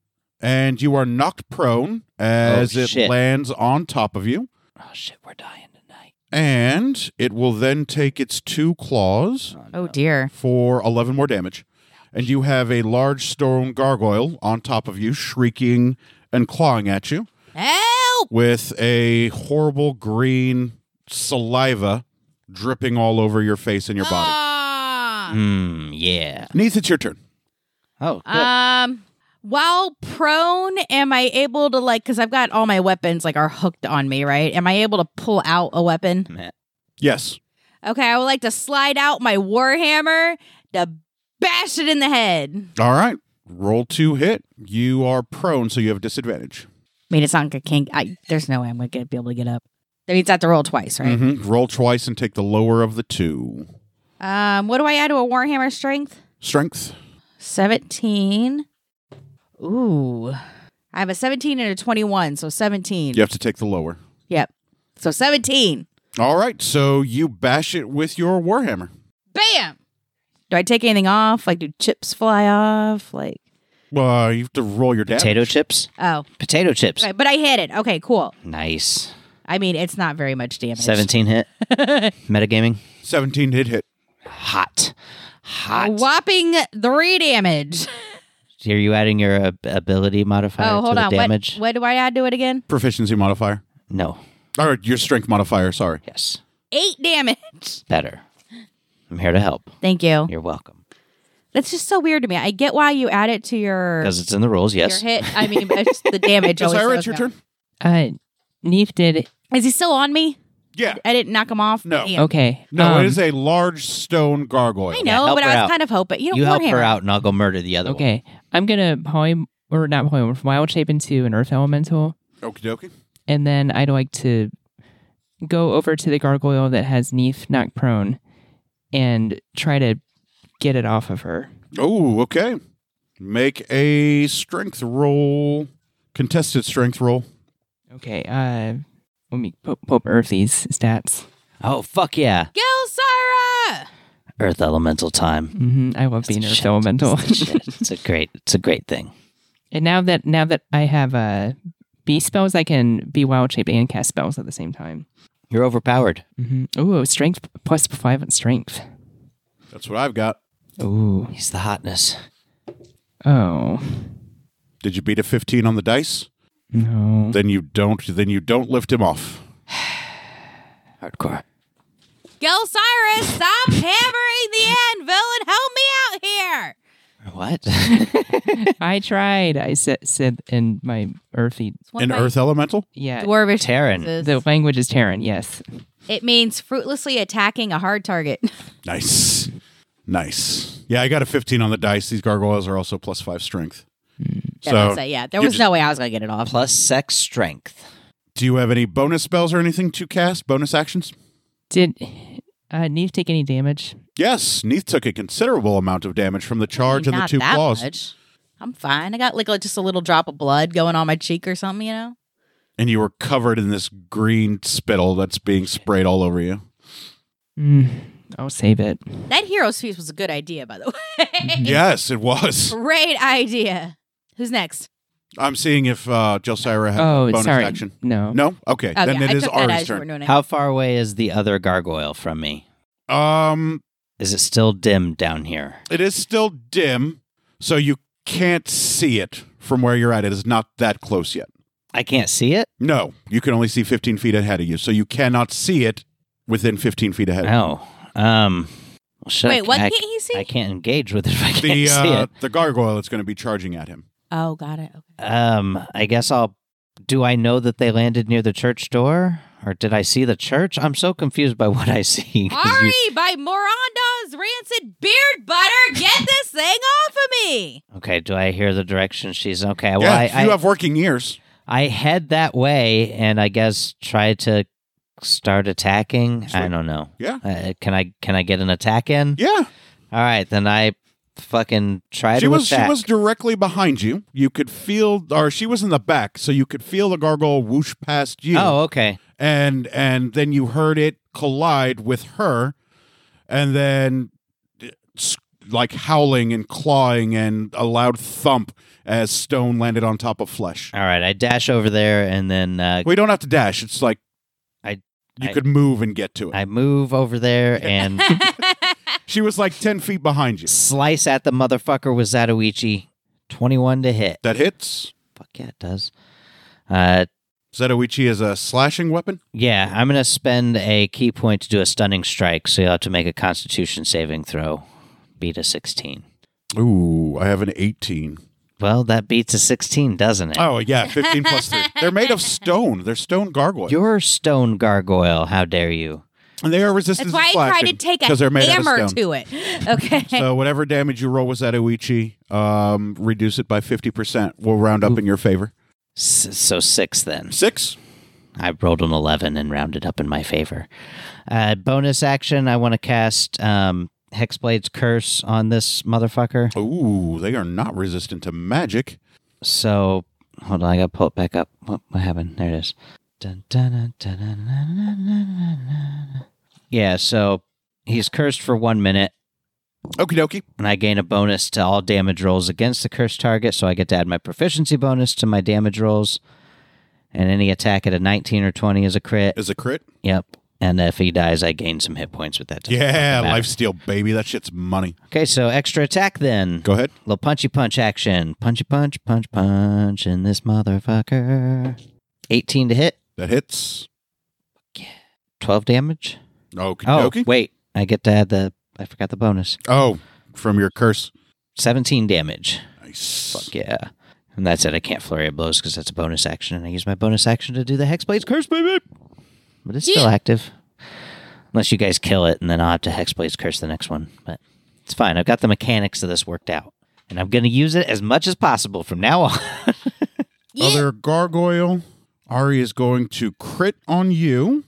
Speaker 1: and you are knocked prone as
Speaker 3: Oh,
Speaker 1: it
Speaker 3: shit.
Speaker 1: lands on top of you.
Speaker 3: oh, shit. We're dying tonight.
Speaker 1: And it will then take its two claws
Speaker 2: oh, dear.
Speaker 1: for 11 more damage. And you have a large stone gargoyle on top of you, shrieking and clawing at you
Speaker 2: Help!
Speaker 1: with a horrible green saliva dripping all over your face and your body.
Speaker 2: Ah!
Speaker 3: Hmm. Yeah.
Speaker 1: Neith, it's your turn.
Speaker 3: Oh, good.
Speaker 2: Um, while prone, am I able to like? Because I've got all my weapons like are hooked on me, right? Am I able to pull out a weapon?
Speaker 3: Matt.
Speaker 1: Yes.
Speaker 2: Okay, I would like to slide out my warhammer to bash it in the head.
Speaker 1: All right. Roll to hit. You are prone, so you have disadvantage.
Speaker 2: I mean, it's not gonna kink. I, there's no way I'm gonna get, be able to get up. That means I have to roll twice, right?
Speaker 1: Mhm. Roll twice and take the lower of the two.
Speaker 3: Mm-hmm.
Speaker 2: Um, what do I add to a warhammer strength?
Speaker 1: Strength.
Speaker 2: Seventeen. Ooh, I have a seventeen and a twenty-one, so seventeen.
Speaker 1: You have to take the lower.
Speaker 2: Yep. So seventeen.
Speaker 1: All right, so you bash it with your warhammer.
Speaker 2: Bam. Do I take anything off? Like, do chips fly off? Like,
Speaker 1: Well, Uh, you have to roll your damage.
Speaker 3: Potato chips?
Speaker 2: oh,
Speaker 3: Potato chips.
Speaker 2: okay, but I hit it. Okay, cool.
Speaker 3: Nice.
Speaker 2: I mean, it's not very much damage.
Speaker 3: 17 hit. Metagaming.
Speaker 1: Seventeen hit hit.
Speaker 3: Hot.
Speaker 2: A
Speaker 3: Hot.
Speaker 2: whopping three damage.
Speaker 3: Are you adding your ab- ability modifier
Speaker 2: oh, hold
Speaker 3: to the
Speaker 2: on.
Speaker 3: damage?
Speaker 2: What, what do I add to it again?
Speaker 1: Proficiency modifier.
Speaker 3: No.
Speaker 1: Or your strength modifier. Sorry.
Speaker 3: Yes.
Speaker 2: Eight damage.
Speaker 3: Better. I'm here to help.
Speaker 2: Thank you.
Speaker 3: You're welcome.
Speaker 2: That's just so weird to me. I get why you add it to your,
Speaker 3: Because it's in the rules,
Speaker 2: your
Speaker 3: yes.
Speaker 2: hit. I mean, but it's the damage. always
Speaker 1: Desire,
Speaker 2: throws
Speaker 1: it's your
Speaker 2: me
Speaker 1: turn.
Speaker 4: Uh, Neef did.
Speaker 2: off. Is he still on me?
Speaker 1: Yeah.
Speaker 2: I didn't knock him off.
Speaker 1: No.
Speaker 2: Damn.
Speaker 4: Okay.
Speaker 1: No,
Speaker 4: um,
Speaker 1: it is a large stone gargoyle.
Speaker 2: I
Speaker 3: Yeah,
Speaker 2: know,
Speaker 3: help
Speaker 2: but
Speaker 3: her
Speaker 2: I was
Speaker 3: out.
Speaker 2: kind of hoping. You, know,
Speaker 3: You help
Speaker 2: Warhammer.
Speaker 3: her out and I'll go murder the other one.
Speaker 4: Okay. I'm going to poem, or not poem, wild shape into an earth elemental.
Speaker 1: Okie dokie.
Speaker 4: And then I'd like to go over to the gargoyle that has Neef knocked prone and try to get it off of her.
Speaker 1: Oh, okay. Make a strength roll. Contested strength roll.
Speaker 4: Okay. Uh, let me pull, pull up Earthy's stats.
Speaker 3: Oh, fuck yeah.
Speaker 2: Gelsira!
Speaker 3: Earth elemental time.
Speaker 4: hmm I love being
Speaker 3: It's
Speaker 4: Earth
Speaker 3: the
Speaker 4: elemental.
Speaker 3: It's, the shit. It's a great it's a great thing.
Speaker 4: and now that now that I have uh, B spells, I can be wild shape and cast spells at the same time.
Speaker 3: You're overpowered.
Speaker 4: hmm Ooh, strength plus five on strength.
Speaker 1: That's what I've got.
Speaker 4: Ooh.
Speaker 3: He's the hotness.
Speaker 4: Oh.
Speaker 1: Did you beat a fifteen on the dice?
Speaker 4: No.
Speaker 1: Then you don't. Then you don't lift him off.
Speaker 3: Hardcore.
Speaker 2: Gelsira, stop hammering the anvil and help me out here.
Speaker 3: What?
Speaker 4: I tried. I said said in my earthy.
Speaker 2: It's one
Speaker 1: An
Speaker 2: of my
Speaker 1: earth elemental.
Speaker 4: Yeah.
Speaker 2: dwarvish
Speaker 3: Terran.
Speaker 2: phrases.
Speaker 4: The language is Terran. Yes.
Speaker 2: It means fruitlessly attacking a hard target.
Speaker 1: Nice. Nice. Yeah, I got a 15 on the dice. These gargoyles are also plus five strength.
Speaker 2: Yeah,
Speaker 1: So,
Speaker 2: Mm. that's it. yeah, there
Speaker 1: you
Speaker 2: was
Speaker 1: just-
Speaker 2: no way I was gonna get it off.
Speaker 3: Plus sex strength.
Speaker 1: do you have any bonus spells or anything to cast? Bonus actions?
Speaker 4: Did uh, Neve take any damage?
Speaker 1: Yes. Neith took a considerable amount of damage from the charge and the
Speaker 2: Not
Speaker 1: two
Speaker 2: that
Speaker 1: claws.
Speaker 2: much. I'm fine. I got like a- just a little drop of blood going on my cheek or something, you know.
Speaker 1: and you were covered in this green spittle that's being sprayed all over you.
Speaker 4: Mm, I'll save it.
Speaker 2: That hero's feast was a good idea, by the way.
Speaker 1: Yes, it was.
Speaker 2: Great idea. Who's next?
Speaker 1: I'm seeing if uh, Jelsira had
Speaker 4: Oh,
Speaker 1: bonus
Speaker 4: sorry.
Speaker 1: action.
Speaker 4: No.
Speaker 1: No? Okay.
Speaker 2: Oh,
Speaker 1: then
Speaker 2: yeah,
Speaker 1: it
Speaker 2: I
Speaker 1: is
Speaker 2: took that
Speaker 1: Ari's
Speaker 2: as we're
Speaker 1: turn.
Speaker 2: doing it.
Speaker 3: How far away is the other gargoyle from me?
Speaker 1: Um,
Speaker 3: Is it still dim down here?
Speaker 1: it is still dim, so you can't see it from where you're at. It is not that close yet.
Speaker 3: I can't see it.
Speaker 1: No, you can only see 15 feet ahead of you, so you cannot see it within 15 feet ahead.
Speaker 3: No. Um. Well, shit, I
Speaker 2: Wait, what
Speaker 3: I,
Speaker 2: can't he see?
Speaker 3: I can't engage with it if I can't
Speaker 1: The
Speaker 3: see
Speaker 1: uh,
Speaker 3: it.
Speaker 1: the gargoyle that's going to be charging at him.
Speaker 2: oh, got it. Okay.
Speaker 3: Um. I guess I'll. Do I know that they landed near the church door, or did I see the church? I'm so confused by what I see. 'cause you-
Speaker 2: Ari by Morondo's Rancid Beard Butter. Get this thing off of me.
Speaker 3: okay. Do I hear the direction she's? Okay. Well,
Speaker 1: yeah,
Speaker 3: I,
Speaker 1: you
Speaker 3: I,
Speaker 1: have working ears.
Speaker 3: I head that way and I guess try to start attacking. I
Speaker 1: Sweet.
Speaker 3: don't know.
Speaker 1: Yeah.
Speaker 3: Uh, can I can I get an attack in?
Speaker 1: Yeah,
Speaker 3: All right, then I fucking try
Speaker 1: she
Speaker 3: to
Speaker 1: was
Speaker 3: attack.
Speaker 1: she was directly behind you. You could feel, or she was in the back, so you could feel the gargoyle whoosh past you.
Speaker 3: oh, okay.
Speaker 1: and and then you heard it collide with her and then s- like howling and clawing and a loud thump as stone landed on top of flesh
Speaker 3: All right, I dash over there and then uh,
Speaker 1: we don't have to dash it's like
Speaker 3: I-
Speaker 1: you
Speaker 3: I-
Speaker 1: could move and get to it
Speaker 3: I move over there and
Speaker 1: she was like 10 feet behind you
Speaker 3: slice at the motherfucker with Zatoichi. 21 to hit.
Speaker 1: that hits
Speaker 3: Fuck yeah, it does. Uh,
Speaker 1: zetoichi is a slashing weapon
Speaker 3: yeah, I'm going to spend a key point to do a stunning strike, so you'll have to make a constitution saving throw. Beat a 16.
Speaker 1: ooh i have an 18
Speaker 3: Well, that beats a 16, doesn't it?
Speaker 1: oh yeah 15 plus 3 they're made of stone they're stone gargoyles
Speaker 3: You're a stone gargoyle. How dare you?
Speaker 1: and they are resistant
Speaker 2: That's why
Speaker 1: to
Speaker 2: I
Speaker 1: slashing
Speaker 2: tried to take a
Speaker 1: 'cause they're made out of
Speaker 2: hammer
Speaker 1: stone.
Speaker 2: to it. Okay.
Speaker 1: So whatever damage you roll with Zatoichi, um, reduce it by fifty percent. We'll round up in your favor.
Speaker 3: S- so six then.
Speaker 1: Six.
Speaker 3: I rolled an 11 and rounded up in my favor. Uh, bonus action I want to cast um, Hexblade's Curse on this motherfucker.
Speaker 1: Ooh, they are not resistant to magic.
Speaker 3: So, hold on, I got to pull it back up. What, what happened? There it is. Dun, dun, dun, dun, dun, dun, dun, dun, dun. Yeah, so he's cursed for one minute.
Speaker 1: Okie dokie.
Speaker 3: and I gain a bonus to all damage rolls against the cursed target, so I get to add my proficiency bonus to my damage rolls. And any attack at a 19 or 20 is a crit.
Speaker 1: Is a crit.
Speaker 3: Yep. And if he dies, I gain some hit points with that.
Speaker 1: Yeah,
Speaker 3: matter.
Speaker 1: lifesteal, baby. That shit's money.
Speaker 3: Okay, so extra attack then.
Speaker 1: Go ahead.
Speaker 3: Little punchy punch action. Punchy punch, punch, punch in this motherfucker. 18 to hit,
Speaker 1: That hits.
Speaker 3: 12 damage.
Speaker 1: Okie
Speaker 3: Oh,
Speaker 1: dokie.
Speaker 3: wait. I get to add the, I forgot the bonus.
Speaker 1: Oh, from your curse.
Speaker 3: 17 damage.
Speaker 1: Nice.
Speaker 3: Fuck yeah. And that's it. I can't flurry of blows because that's a bonus action, and I use my bonus action to do the Hexblade's Curse, baby. But it's still
Speaker 2: Yeah.
Speaker 3: active. Unless you guys kill it, and then I'll have to Hexblade's Curse the next one. But it's fine. I've got the mechanics of this worked out. And I'm going to use it as much as possible from now on.
Speaker 2: Yeah.
Speaker 1: Other gargoyle. Ari is going to crit on you.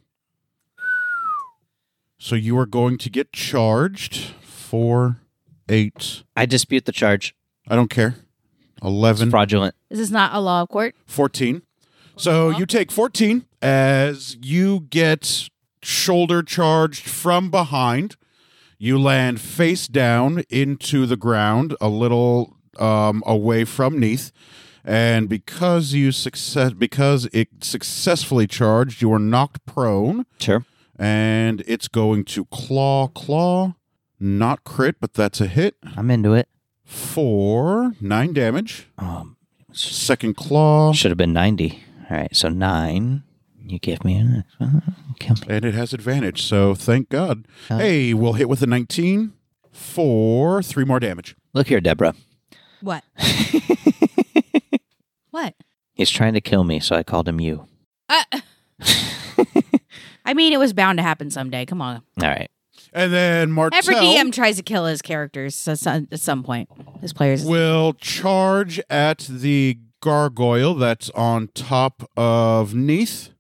Speaker 1: So you are going to get charged for eight.
Speaker 3: I dispute the charge.
Speaker 1: I don't care.
Speaker 3: It's
Speaker 1: Eleven.
Speaker 3: fraudulent.
Speaker 2: This is not a law of court.
Speaker 1: 14. So you take 14 as you get shoulder charged from behind. You land face down into the ground, a little um, away from Neath. And because you success because it successfully charged, you are knocked prone
Speaker 3: Sure.
Speaker 1: and it's going to claw claw. Not crit, but that's a hit
Speaker 3: I'm into it.
Speaker 1: for nine damage.
Speaker 3: Um,
Speaker 1: Second claw.
Speaker 3: Should have been 90. All right. So nine. You give me an. uh, Kill me.
Speaker 1: And it has advantage, so thank God.
Speaker 3: Uh,
Speaker 1: hey, we'll hit with a 19 for three more damage.
Speaker 3: Look here, Deborah.
Speaker 2: What? what?
Speaker 3: He's trying to kill me, so I called him you.
Speaker 2: Uh, I mean, it was bound to happen someday. Come on.
Speaker 3: All right.
Speaker 1: And then Martel
Speaker 2: Every DM tries to kill his characters at some, at some point. His players.
Speaker 1: will charge at the gargoyle that's on top of Neath.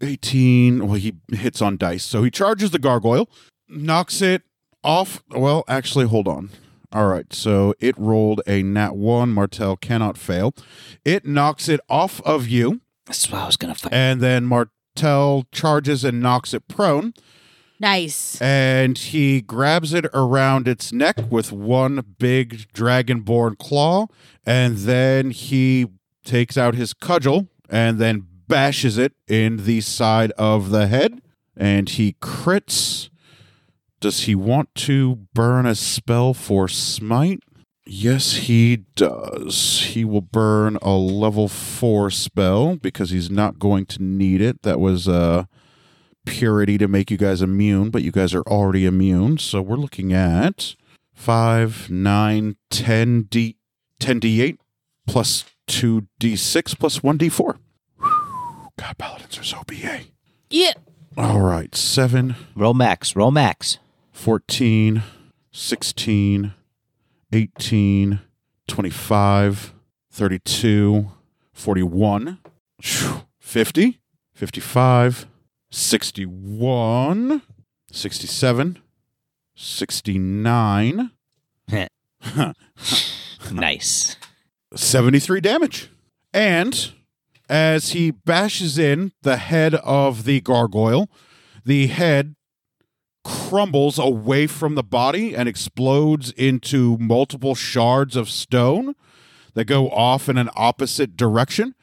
Speaker 1: 18. Well, he hits on dice, so he charges the gargoyle, knocks it off. Well, actually, hold on. All right, so it rolled a nat one. Martel cannot fail. It knocks it off of you,
Speaker 3: That's what I was gonna fight.
Speaker 1: and then Martel charges and knocks it prone.
Speaker 2: Nice.
Speaker 1: And he grabs it around its neck with one big dragonborn claw, and then he takes out his cudgel and then bashes it in the side of the head. And he crits. Does he want to burn a spell for smite? Yes, he does. He will burn a level four spell because he's not going to need it. That was uh purity to make you guys immune, but you guys are already immune. So we're looking at 5, 9, 10, D, 10 D8 plus 2D6 plus 1D4. Whew. God, paladins are so BA.
Speaker 2: Yeah.
Speaker 1: All right, 7,
Speaker 3: Roll max. Roll max.
Speaker 1: 14, 16, 18, 25, 32, 41, phew, 50, 55, 61, 67, 69,
Speaker 3: nice.
Speaker 1: 73 damage. And as he bashes in the head of the gargoyle, the head crumbles away from the body and explodes into multiple shards of stone that go off in an opposite direction.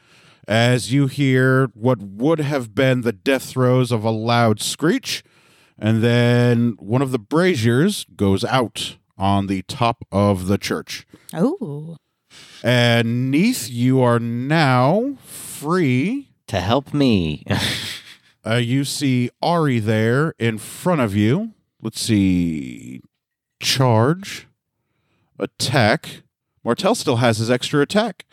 Speaker 1: As you hear what would have been the death throes of a loud screech, and then one of the braziers goes out on the top of the church.
Speaker 2: Oh.
Speaker 1: And Neith, you are now free.
Speaker 3: To help me.
Speaker 1: Uh, you see Ari there in front of you. Let's see. Charge. Attack. Martel still has his extra attack.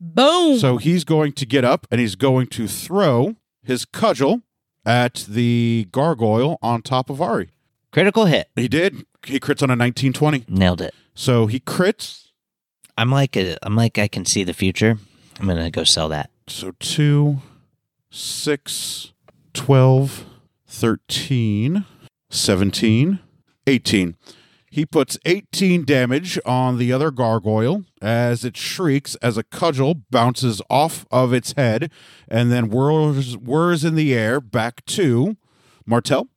Speaker 2: Boom.
Speaker 1: So he's going to get up and he's going to throw his cudgel at the gargoyle on top of Ari.
Speaker 3: Critical hit.
Speaker 1: He did. He crits on a 1920.
Speaker 3: Nailed it.
Speaker 1: So he crits.
Speaker 3: I'm like a, I'm like I can see the future. I'm gonna go sell that.
Speaker 1: So 2, 6, 12, 13, 17, 18. He puts 18 damage on the other gargoyle as it shrieks as a cudgel bounces off of its head and then whirs, whirs in the air back to Martel.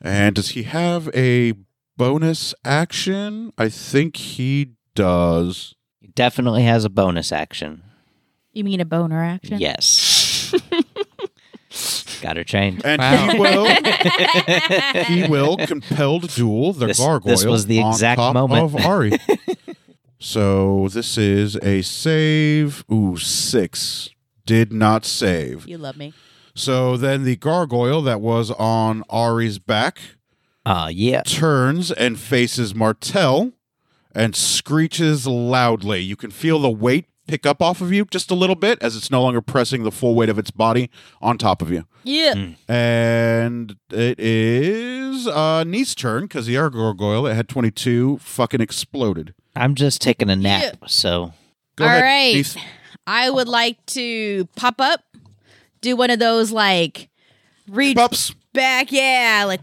Speaker 1: And does he have a bonus action? I think he does.
Speaker 3: It definitely has a bonus action.
Speaker 2: you mean a boner action?
Speaker 3: Yes. Got her trained.
Speaker 1: And
Speaker 4: Wow.
Speaker 1: he will. he will compelled duel the
Speaker 3: This-
Speaker 1: gargoyle.
Speaker 3: this was the
Speaker 1: on
Speaker 3: exact
Speaker 1: top
Speaker 3: moment.
Speaker 1: of Ari. so this is a save. Ooh, six did not save.
Speaker 2: You love me.
Speaker 1: So then the gargoyle that was on Ari's back
Speaker 3: Ah, yeah.
Speaker 1: turns and faces Martel and screeches loudly. You can feel the weight pick up off of you just a little bit as it's no longer pressing the full weight of its body on top of you.
Speaker 2: Yeah.
Speaker 1: And it is uh Neith's turn because the other gargoyle that had 22 fucking exploded.
Speaker 3: I'm just taking a nap, so
Speaker 1: Go
Speaker 2: All
Speaker 1: ahead,
Speaker 2: right.
Speaker 1: Neith.
Speaker 2: I would like to pop up, do one of those like reach
Speaker 1: Pups.
Speaker 2: back, yeah, like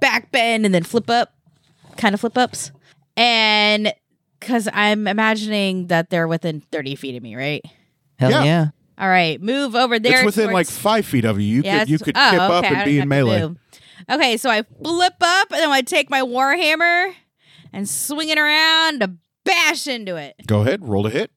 Speaker 2: back bend and then flip up, kind of flip ups. And because I'm imagining that they're within 30 feet of me, right?
Speaker 3: hell
Speaker 1: Yeah.
Speaker 3: yeah.
Speaker 2: All right, move over there.
Speaker 1: it's within
Speaker 2: towards-
Speaker 1: like five feet of you. You
Speaker 2: Yeah,
Speaker 1: could you
Speaker 2: it's-
Speaker 1: could
Speaker 2: oh,
Speaker 1: tip up
Speaker 2: okay,
Speaker 1: and
Speaker 2: I don't
Speaker 1: be in
Speaker 2: have to
Speaker 1: melee.
Speaker 2: move. Okay, so I flip up and then I take my warhammer and swing it around to bash into it.
Speaker 1: Go ahead, roll a hit.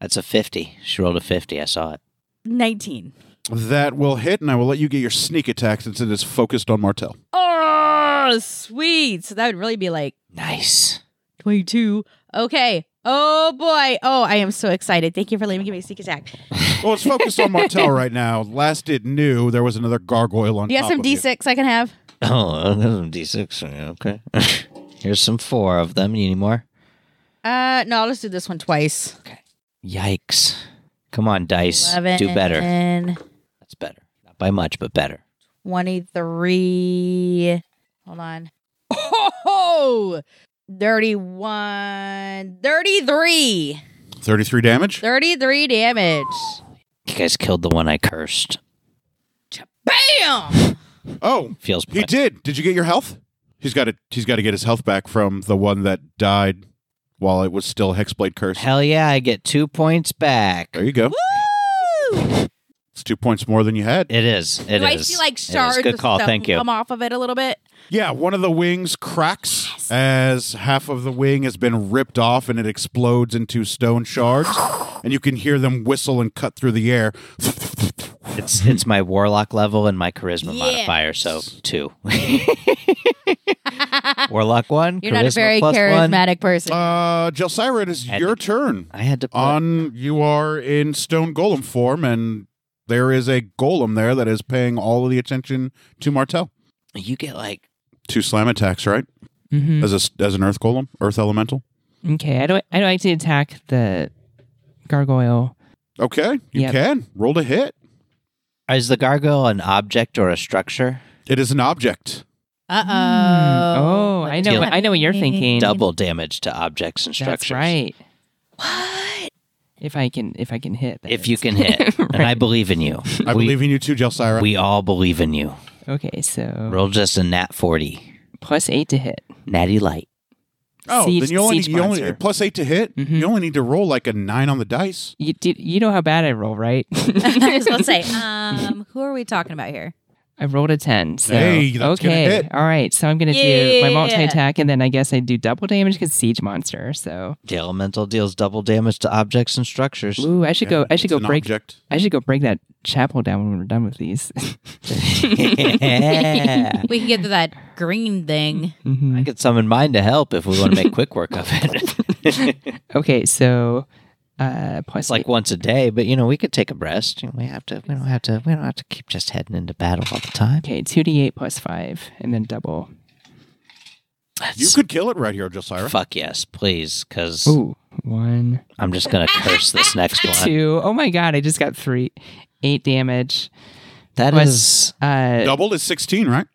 Speaker 3: That's a fifty. She rolled a fifty. I saw it.
Speaker 2: 19.
Speaker 1: That will hit, and I will let you get your sneak attack since it is focused on Martel.
Speaker 2: Oh, sweet. So that would really be like
Speaker 3: Nice.
Speaker 2: 22. Okay. Oh boy. Oh, I am so excited. Thank you for letting me give me a sneak attack.
Speaker 1: Well, it's focused on Martel right now. Last it knew, there was another gargoyle on
Speaker 2: You got
Speaker 1: top
Speaker 2: some
Speaker 1: of you.
Speaker 2: D6 I can have?
Speaker 3: Oh, that's a D six. Okay. Here's some four of them. You need more?
Speaker 2: Uh no, I'll just do this one twice.
Speaker 3: Yikes. Come on, dice. Do better.
Speaker 2: And
Speaker 3: That's better. Not by much, but better.
Speaker 2: 23. Hold on. Oh, 31. 33.
Speaker 1: 33 damage.
Speaker 2: 33 damage.
Speaker 3: You guys killed the one I cursed.
Speaker 2: Bam!
Speaker 1: Oh,
Speaker 3: Feels
Speaker 1: he
Speaker 3: bad.
Speaker 1: Oh, did. Did you get your health? He's got to he's got to get his health back from the one that died while it was still Hexblade Curse.
Speaker 3: Hell yeah, I get two points back.
Speaker 1: There you go.
Speaker 2: Woo!
Speaker 1: It's two points more than you had.
Speaker 3: It is. It is.
Speaker 2: Do I see like
Speaker 3: It is.
Speaker 2: shards
Speaker 3: Good
Speaker 2: of
Speaker 3: call.
Speaker 2: stuff
Speaker 3: Thank you.
Speaker 2: come off of it a little bit?
Speaker 1: Yeah, one of the wings cracks as half of the wing has been ripped off and it explodes into stone shards. And you can hear them whistle and cut through the air.
Speaker 3: It's it's my warlock level and my charisma
Speaker 2: Yeah.
Speaker 3: modifier, so two. warlock one.
Speaker 2: You're not a
Speaker 3: charisma
Speaker 2: very
Speaker 3: plus One.
Speaker 2: charismatic person.
Speaker 1: Uh, Jelsyra, it is
Speaker 3: Had
Speaker 1: your turn.
Speaker 3: I had to. Put,
Speaker 1: On you are in stone golem form, and there is a golem there that is paying all of the attention to Martel.
Speaker 3: you get like
Speaker 1: Two slam attacks, right?
Speaker 4: hmm
Speaker 1: As a, as an earth golem, earth elemental.
Speaker 4: Okay, I don't. I don't actually attack the gargoyle.
Speaker 1: Okay, you
Speaker 4: Yep.
Speaker 1: can roll to hit.
Speaker 3: is the gargoyle an object or a structure?
Speaker 1: It is an object.
Speaker 2: Uh
Speaker 4: Hmm.
Speaker 2: oh.
Speaker 4: Oh, I know. what- I know what you're thinking.
Speaker 3: Double damage to objects and structures.
Speaker 4: That's right.
Speaker 2: What?
Speaker 4: If I can, if I can hit. that
Speaker 3: If you
Speaker 4: is.
Speaker 3: can hit, and I believe in you.
Speaker 1: I
Speaker 3: we,
Speaker 1: believe in you too, Jelsira.
Speaker 3: We all believe in you.
Speaker 4: Okay, so
Speaker 3: Roll just a nat forty,
Speaker 4: plus eight to hit.
Speaker 3: natty light.
Speaker 1: Oh,
Speaker 4: Siege-
Speaker 1: then you only,
Speaker 4: siege
Speaker 1: you only
Speaker 4: monster.
Speaker 1: plus eight to hit.
Speaker 4: Mhm.
Speaker 1: You only need to roll like a nine on the dice.
Speaker 4: You did. You know how bad I roll, right?
Speaker 2: I was going to say, um, who are we talking about here?
Speaker 4: I rolled a ten. So
Speaker 1: Hey, that's gonna
Speaker 4: okay,
Speaker 1: hit.
Speaker 4: all right. So I'm gonna do my multi
Speaker 2: Yeah.
Speaker 4: attack, and then I guess I do double damage because siege monster. So
Speaker 3: The elemental deals double damage to objects and structures.
Speaker 4: ooh, I should go. I should
Speaker 1: It's
Speaker 4: go
Speaker 1: an
Speaker 4: break.
Speaker 1: Object.
Speaker 4: I should go break that chapel down when we're done with these.
Speaker 3: Yeah.
Speaker 2: We can get to that green thing.
Speaker 4: Mhm.
Speaker 3: I could summon mine to help if we want to make quick work of it.
Speaker 4: Okay, so uh, plus
Speaker 3: it's like once a day, but you know we could take a rest. You know, we have to. We don't have to. We don't have to keep just heading into battle all the time.
Speaker 4: Okay, two d eight plus five, and then double.
Speaker 1: You could kill it right here, Jelsira.
Speaker 3: Fuck yes, please, because
Speaker 4: Ooh, one,
Speaker 3: I'm just gonna curse this next
Speaker 1: Uh,
Speaker 3: one.
Speaker 4: two. Oh my god, I just got three, eight damage.
Speaker 3: That
Speaker 4: Was-
Speaker 3: is
Speaker 4: Uh,
Speaker 1: Doubled is sixteen, right?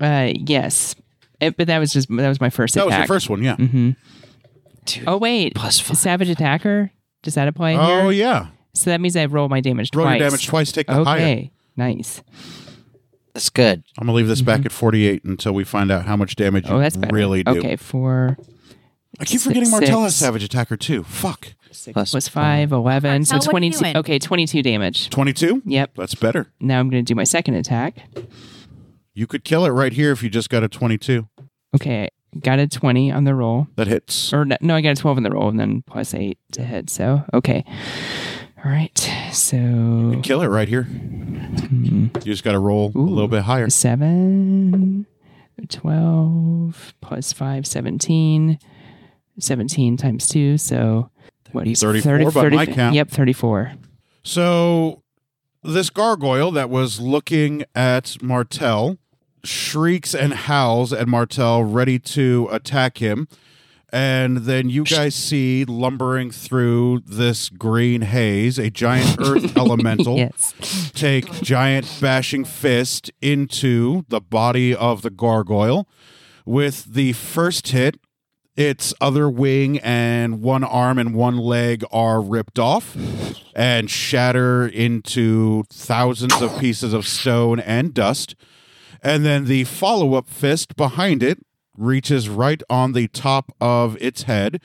Speaker 4: uh yes, It- but that was just that was my first
Speaker 1: That was your
Speaker 4: attack.
Speaker 1: first one, yeah.
Speaker 4: hmm
Speaker 3: two
Speaker 4: Oh wait,
Speaker 3: plus five.
Speaker 4: savage attacker. Does that apply here?
Speaker 1: Oh yeah,
Speaker 4: So that means I roll my damage
Speaker 1: roll
Speaker 4: twice.
Speaker 1: your damage twice. Take the
Speaker 4: Okay,
Speaker 1: higher.
Speaker 4: nice.
Speaker 3: That's good.
Speaker 1: I'm gonna leave this back at 48 until we find out how much damage you
Speaker 4: Mm-hmm. Oh, that's better.
Speaker 1: really do.
Speaker 4: Okay, four
Speaker 1: I keep forgetting
Speaker 4: Six.
Speaker 1: Martella has Savage Attacker too. Fuck,
Speaker 3: Plus
Speaker 4: plus five, eleven.
Speaker 2: Martel,
Speaker 4: so
Speaker 2: what are you
Speaker 4: twenty-two.
Speaker 2: doing?
Speaker 4: Okay, twenty-two damage.
Speaker 1: 22.
Speaker 4: Yep.
Speaker 1: That's better.
Speaker 4: Now I'm going to do my second attack.
Speaker 1: You could kill it right here if you just got a 22.
Speaker 4: Okay, got a twenty on the roll.
Speaker 1: That hits.
Speaker 4: or no, no, I got a 12 in the roll and then plus 8 to hit. So, okay. All right. So,
Speaker 1: Kill it right here. You just got to roll a little bit higher.
Speaker 4: 7, 12, plus 5, 17. 17 times 2. So, what do you
Speaker 1: 34 by my count.
Speaker 4: Yep, 34.
Speaker 1: So this gargoyle that was looking at Martel shrieks and howls at Martel, ready to attack him. And then you guys see lumbering through this green haze a giant earth elemental
Speaker 4: Yes.
Speaker 1: take giant bashing fist into the body of the gargoyle. With the first hit, its other wing and one arm and one leg are ripped off and shatter into thousands of pieces of stone and dust. And then the follow up fist behind it reaches right on the top of its head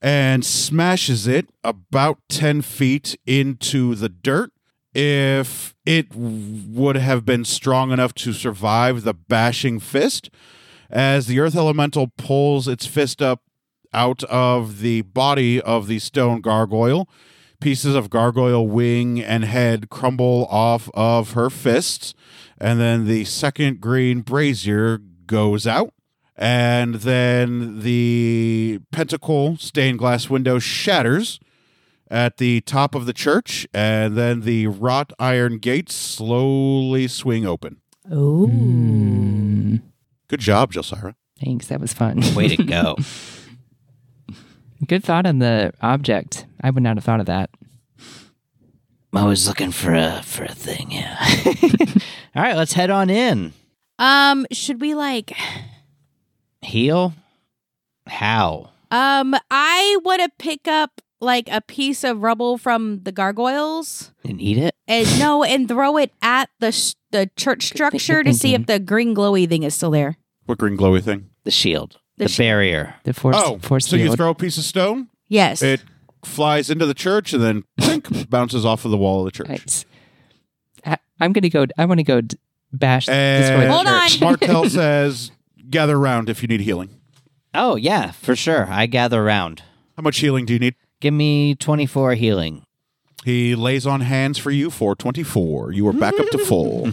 Speaker 1: and smashes it about 10 feet into the dirt. If it would have been strong enough to survive the bashing fist, as the earth elemental pulls its fist up out of the body of the stone gargoyle, pieces of gargoyle wing and head crumble off of her fists. And then the second green brazier goes out. And then the pentacle stained glass window shatters at the top of the church. And then the wrought iron gates slowly swing open.
Speaker 2: Ooh.
Speaker 4: Mm,
Speaker 1: Good job, Jelsira.
Speaker 4: thanks. That was fun.
Speaker 3: Way to go.
Speaker 4: Good thought on the object. I would not have thought of that.
Speaker 3: I was looking for a for a thing. Yeah. all right, let's head on in.
Speaker 2: Um, should we like
Speaker 3: Heal. How?
Speaker 2: um I wanna pick up like a piece of rubble from the gargoyles
Speaker 3: And eat it.
Speaker 2: and no and throw it at the sh- the church structure to see if the green glowy thing is still there.
Speaker 1: What green glowy thing?
Speaker 3: The shield,
Speaker 2: The
Speaker 3: the,
Speaker 2: shi-
Speaker 3: barrier.
Speaker 4: The force,
Speaker 1: oh,
Speaker 4: force
Speaker 1: so
Speaker 4: field.
Speaker 1: you throw a piece of stone,
Speaker 2: Yes.
Speaker 1: it flies into the church, and then plink, bounces off of the wall of the church.
Speaker 4: Nice. I, am gonna go. I want to go d- bash. destroy
Speaker 1: And
Speaker 4: the
Speaker 2: Hold on.
Speaker 4: church.
Speaker 1: Martel says, "Gather round if you need healing.
Speaker 3: Oh yeah, for sure. I gather round.
Speaker 1: How much healing do you need?"
Speaker 3: Give me twenty four healing.
Speaker 1: He lays on hands for you for 24. You are back up to full.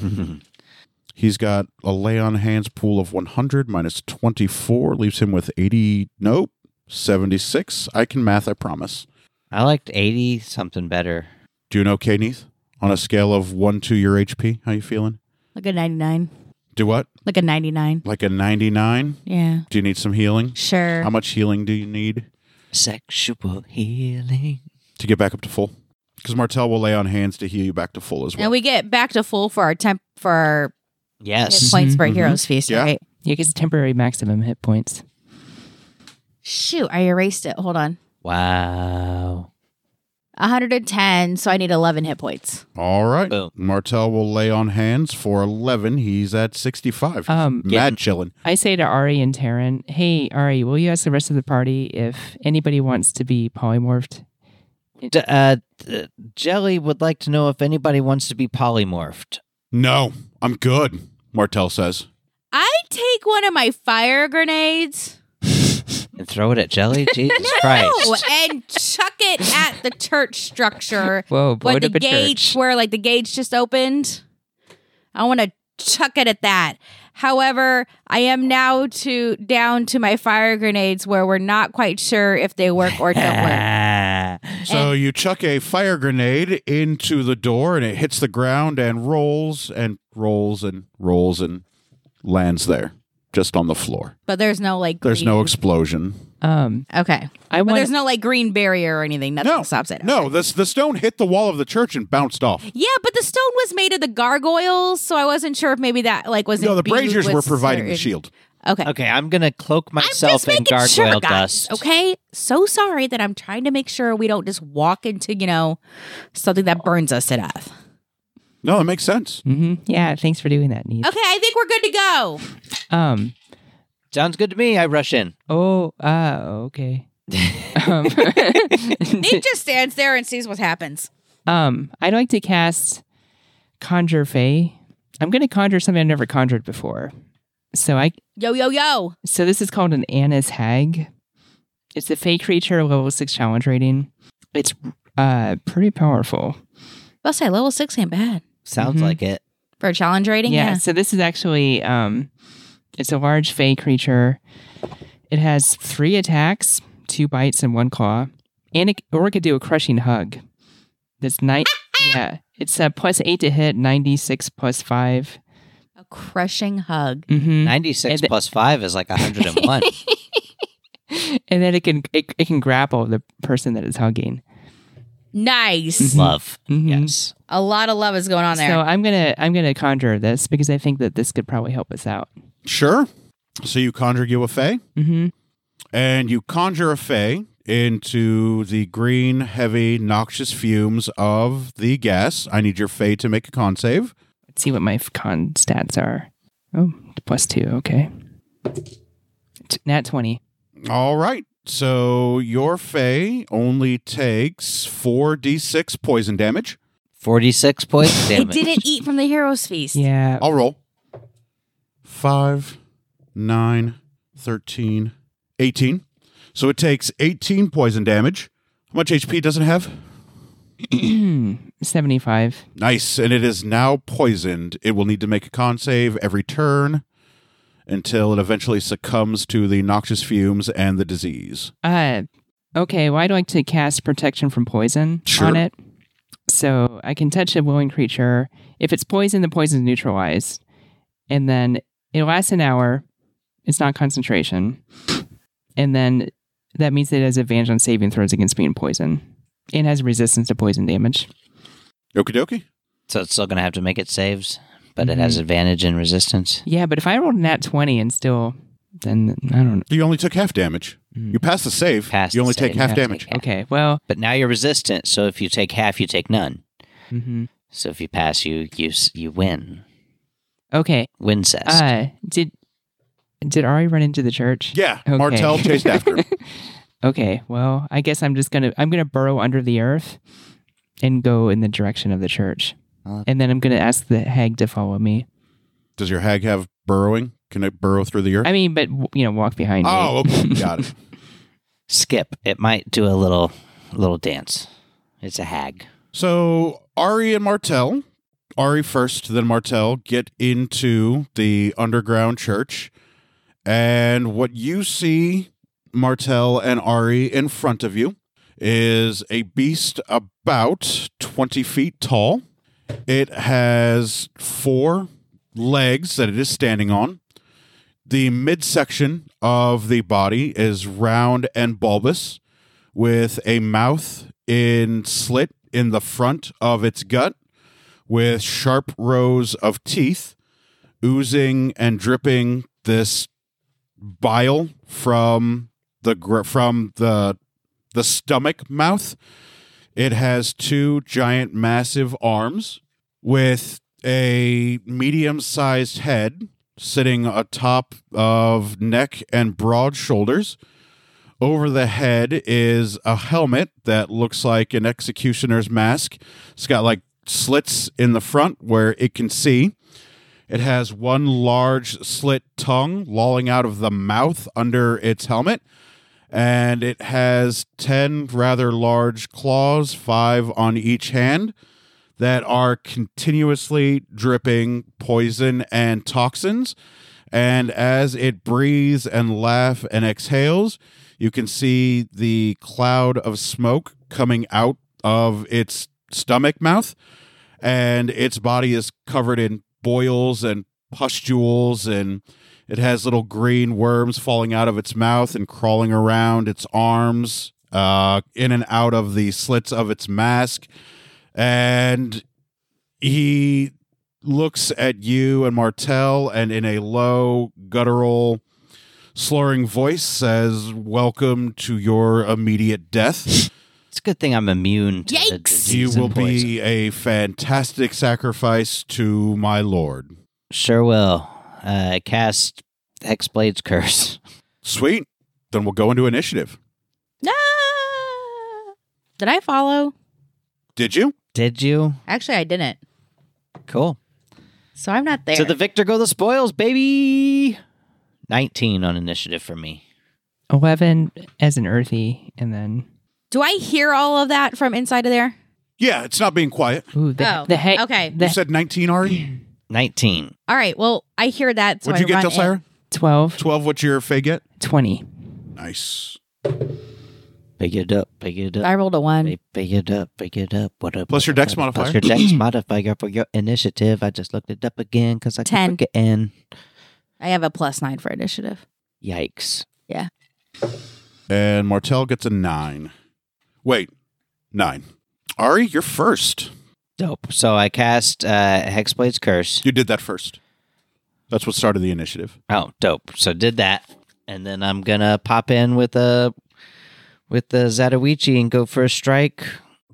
Speaker 1: He's got a lay on hands pool of 100 minus 24, leaves him with 80. Nope, 76. I can math, I promise.
Speaker 3: I liked eighty something better.
Speaker 1: Doing okay, Neith? On a scale of 1 to your HP, how you feeling?
Speaker 2: like a 99.
Speaker 1: Do what?
Speaker 2: Like a 99.
Speaker 1: Like a 99?
Speaker 2: Yeah.
Speaker 1: Do you need some healing?
Speaker 2: Sure.
Speaker 1: How much healing do you need
Speaker 3: Sexual healing.
Speaker 1: to get back up to full? Because Martel will lay on hands to heal you back to full as well.
Speaker 2: and we get back to full for our temp for our hit
Speaker 3: Yes.
Speaker 2: points for
Speaker 4: Mhm.
Speaker 2: Heroes Feast,
Speaker 1: Yeah.
Speaker 2: right?
Speaker 4: Yeah, it gets temporary maximum hit points.
Speaker 2: Shoot, I erased it. Hold on.
Speaker 3: Wow.
Speaker 2: 110, so I need 11 hit points.
Speaker 1: All right.
Speaker 3: Boom.
Speaker 1: Martel will lay on hands for 11. He's at 65.
Speaker 4: Um,
Speaker 1: Mad chilling.
Speaker 4: I say to Ari and Taryn, "Hey, Ari, will you ask the rest of the party if anybody wants to be polymorphed?"
Speaker 3: D- uh, d- Jelly would like to know if anybody wants to be polymorphed.
Speaker 1: No, I'm good, Martel says.
Speaker 2: I take one of my fire grenades
Speaker 3: And throw it at Jelly? Jesus Christ.
Speaker 2: oh, and chuck it at the church structure.
Speaker 4: Whoa,
Speaker 2: But the gate where like the gauge just opened. I want to chuck it at that. However, I am now to down to my fire grenades where we're not quite sure if they work or don't work.
Speaker 3: Ah.
Speaker 1: So you chuck a fire grenade into the door and it hits the ground and rolls and rolls and rolls and lands there, just on the floor.
Speaker 2: But there's no like
Speaker 1: There's
Speaker 2: green-
Speaker 1: no explosion.
Speaker 4: Um,
Speaker 2: Okay.
Speaker 4: I
Speaker 2: But
Speaker 4: want
Speaker 2: there's no like green barrier or anything. Nothing
Speaker 1: No,
Speaker 2: stops it.
Speaker 1: No, this, the stone hit the wall of the church and bounced off.
Speaker 2: Yeah, but the stone was made of the gargoyles, so I wasn't sure if maybe that like was.
Speaker 1: No, the
Speaker 2: imbued
Speaker 1: braziers
Speaker 2: with
Speaker 1: were providing the
Speaker 2: certain-
Speaker 1: shield.
Speaker 2: Okay.
Speaker 3: Okay, I'm going to cloak
Speaker 2: I'm just
Speaker 3: myself in
Speaker 2: making
Speaker 3: gargoyle
Speaker 2: sure, guys.
Speaker 3: dust.
Speaker 2: Okay, so sorry that I'm trying to make sure we don't just walk into you know something that burns us to death.
Speaker 1: No, that makes sense.
Speaker 4: hmm
Speaker 2: Mm-hmm.
Speaker 4: Yeah, thanks for doing that, Neith.
Speaker 2: Okay, I think we're good to go. Oh.
Speaker 4: Um.
Speaker 3: Sounds good to me. I rush in.
Speaker 4: Oh. Ah. okay. um,
Speaker 2: Nate just stands there and sees what happens.
Speaker 4: um. I'd like to cast Conjure Fey. I'm going to conjure something I've never conjured before. So I
Speaker 2: Yo, yo, yo!
Speaker 4: So this is called an Anna's Hag. It's a fey creature, level six challenge rating. It's uh pretty powerful.
Speaker 2: I'll say level six ain't bad
Speaker 3: Sounds
Speaker 4: Mhm.
Speaker 3: like it.
Speaker 2: for a challenge rating.
Speaker 4: yeah, So this is actually um, it's a large fey creature. It has three attacks, two bites, and one claw, and it, or it could do a crushing hug. That's nine. yeah, it's a plus eight to hit, ninety six plus five.
Speaker 2: a crushing hug.
Speaker 4: Mm-hmm.
Speaker 3: 96
Speaker 4: And the-
Speaker 3: plus 5 is like 101.
Speaker 4: And then it can it, it can grapple the person that is hugging.
Speaker 2: Nice. Mm-hmm.
Speaker 4: Mhm.
Speaker 3: Love.
Speaker 4: Mhm.
Speaker 3: Yes.
Speaker 2: A lot of love is going on there.
Speaker 4: So I'm gonna I'm gonna conjure this because I think that this could probably help us out.
Speaker 1: Sure. So you conjure you a Fey.
Speaker 4: Mm-hmm.
Speaker 1: and you conjure a fey into the green, heavy, noxious fumes of the gas. I need your fey to make a con save.
Speaker 4: Let's see what my con stats are. Oh, plus two. Okay. T- nat 20.
Speaker 1: All right. So your fey only takes 4d6 poison damage.
Speaker 3: 46 points
Speaker 2: it
Speaker 3: damage.
Speaker 2: didn't eat from the hero's feast.
Speaker 4: Yeah.
Speaker 1: I'll roll. 5, 9, 13, 18. So it takes 18 poison damage. How much HP does it have?
Speaker 4: 75.
Speaker 1: Nice. And it is now poisoned. It will need to make a con save every turn until it eventually succumbs to the noxious fumes and the disease.
Speaker 4: Uh, okay. Well, I'd like to cast protection from poison
Speaker 1: Sure.
Speaker 4: on it. So I can touch a willing creature. If it's poison, the poison is neutralized. And then it lasts an hour. It's not concentration. And then that means that it has advantage on saving throws against being poison. It has resistance to poison damage.
Speaker 1: Okie dokie.
Speaker 3: So it's still going to have to make it saves, but it has advantage and resistance.
Speaker 4: Yeah, but if I rolled a nat 20 and still, then I don't know. Mm.
Speaker 1: You only took half damage. You passed the save.
Speaker 3: Passed
Speaker 1: you only
Speaker 3: the
Speaker 1: take
Speaker 3: save.
Speaker 1: half
Speaker 3: Yeah,
Speaker 1: damage.
Speaker 3: take half.
Speaker 4: Okay, well,
Speaker 3: But now you're resistant, so if you take half, you take none.
Speaker 1: Mm-hmm.
Speaker 4: mhm.
Speaker 3: So if you pass, you you s- you win.
Speaker 4: okay.
Speaker 3: Win says.
Speaker 4: Uh, did Did Ari run into the church?
Speaker 1: Yeah,
Speaker 4: Okay.
Speaker 1: Martell chased after him.
Speaker 4: Okay, well, I guess I'm just gonna I'm gonna burrow under the earth and go in the direction of the church.
Speaker 3: Uh,
Speaker 4: And then I'm gonna ask the hag to follow me.
Speaker 1: Does your hag have burrowing? Can it burrow through the earth?
Speaker 4: I mean, but w- you know, walk behind
Speaker 1: oh,
Speaker 4: me.
Speaker 1: okay. Got it.
Speaker 3: Skip. It might do a little little dance. It's a hag.
Speaker 1: So Ari and Martell, Ari first, then Martell, get into the underground church. And what you see, Martell and Ari, in front of you is a beast about 20 feet tall. It has four legs that it is standing on. The midsection of the body is round and bulbous with a mouth in slit in the front of its gut with sharp rows of teeth oozing and dripping this bile from the gr- from the the stomach mouth it has two giant massive arms with a medium-sized head sitting atop of neck and broad shoulders over the head is a helmet that looks like an executioner's mask. It's got like slits in the front where it can see. It has one large slit tongue lolling out of the mouth under its helmet. And it has 10 rather large claws, five on each hand, that are continuously dripping poison and toxins. And as it breathes and laughs and exhales, you can see the cloud of smoke coming out of its stomach mouth, and its body is covered in boils and pustules, and it has little green worms falling out of its mouth and crawling around its arms, uh, in and out of the slits of its mask. And he looks at you and Martell, and in a low, guttural, slurring voice says, Welcome to your immediate death.
Speaker 3: It's a good thing I'm immune to the
Speaker 2: Yikes!
Speaker 1: you
Speaker 3: disease
Speaker 1: will
Speaker 3: and poison.
Speaker 1: be a fantastic sacrifice to my lord.
Speaker 3: Sure will. Uh, cast Hexblade's Curse.
Speaker 1: Sweet. Then we'll go into initiative.
Speaker 2: Ah! Did I follow?
Speaker 1: Did you?
Speaker 3: Did you?
Speaker 2: Actually, I didn't.
Speaker 3: Cool.
Speaker 2: So I'm not there.
Speaker 3: To the victor go the spoils, baby. 19 on initiative for me.
Speaker 4: Eleven as an earthy and then
Speaker 2: Do I hear all of that from inside of there?
Speaker 1: Yeah, it's not being quiet.
Speaker 4: Ooh, the,
Speaker 2: Oh,
Speaker 4: the hag
Speaker 2: okay.
Speaker 1: You
Speaker 4: the
Speaker 1: said 19, Ari?
Speaker 3: 19.
Speaker 2: All right. Well, I hear that. So
Speaker 1: What'd you
Speaker 2: I
Speaker 1: get,
Speaker 2: run in.
Speaker 1: Jelsira?
Speaker 4: 12,
Speaker 1: 12, what's your Fey get?
Speaker 4: 20.
Speaker 1: Nice.
Speaker 3: Pick it up, pick it up.
Speaker 2: I rolled a one.
Speaker 3: Pick pick it up, pick it up. What up?
Speaker 1: Plus your
Speaker 3: what
Speaker 1: dex
Speaker 3: up,
Speaker 1: modifier.
Speaker 3: Plus your dex modifier for your initiative. I just looked it up again because I
Speaker 2: Ten.
Speaker 3: keep forgetting.
Speaker 2: I have a plus nine for initiative.
Speaker 3: Yikes.
Speaker 1: And Martell gets a 9. Wait, 9. Ari, you're first.
Speaker 3: Dope. So I cast uh, Hexblade's Curse.
Speaker 1: You did that first. That's what started the initiative.
Speaker 3: Oh, dope. So did that. And then I'm gonna pop in with a with the Zatoichi and go for a strike.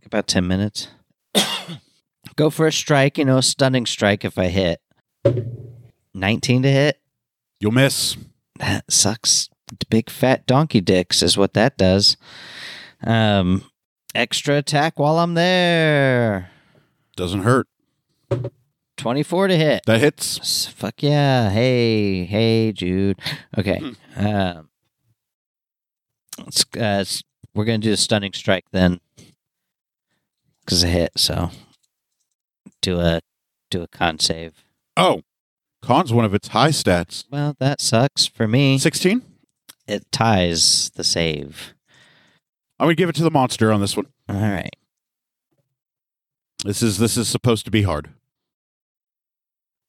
Speaker 3: About ten minutes. go for a strike, you know, a stunning strike if I hit. Nineteen to hit.
Speaker 1: You'll miss.
Speaker 3: That sucks. Big fat donkey dicks is what that does. Um extra attack while I'm there.
Speaker 1: Doesn't hurt.
Speaker 3: Twenty four to hit.
Speaker 1: That hits.
Speaker 3: S- Fuck yeah. Hey, hey, Jude. Okay. Um, it's, uh, it's- we're going to do a stunning strike then. Because I hit, so. Do a do a con save.
Speaker 1: Oh, Khan's one of its high stats.
Speaker 3: Well, that sucks for me.
Speaker 1: 16?
Speaker 3: It ties the save.
Speaker 1: I'm going to give it to the monster on this one.
Speaker 3: All right.
Speaker 1: This is this is supposed to be hard.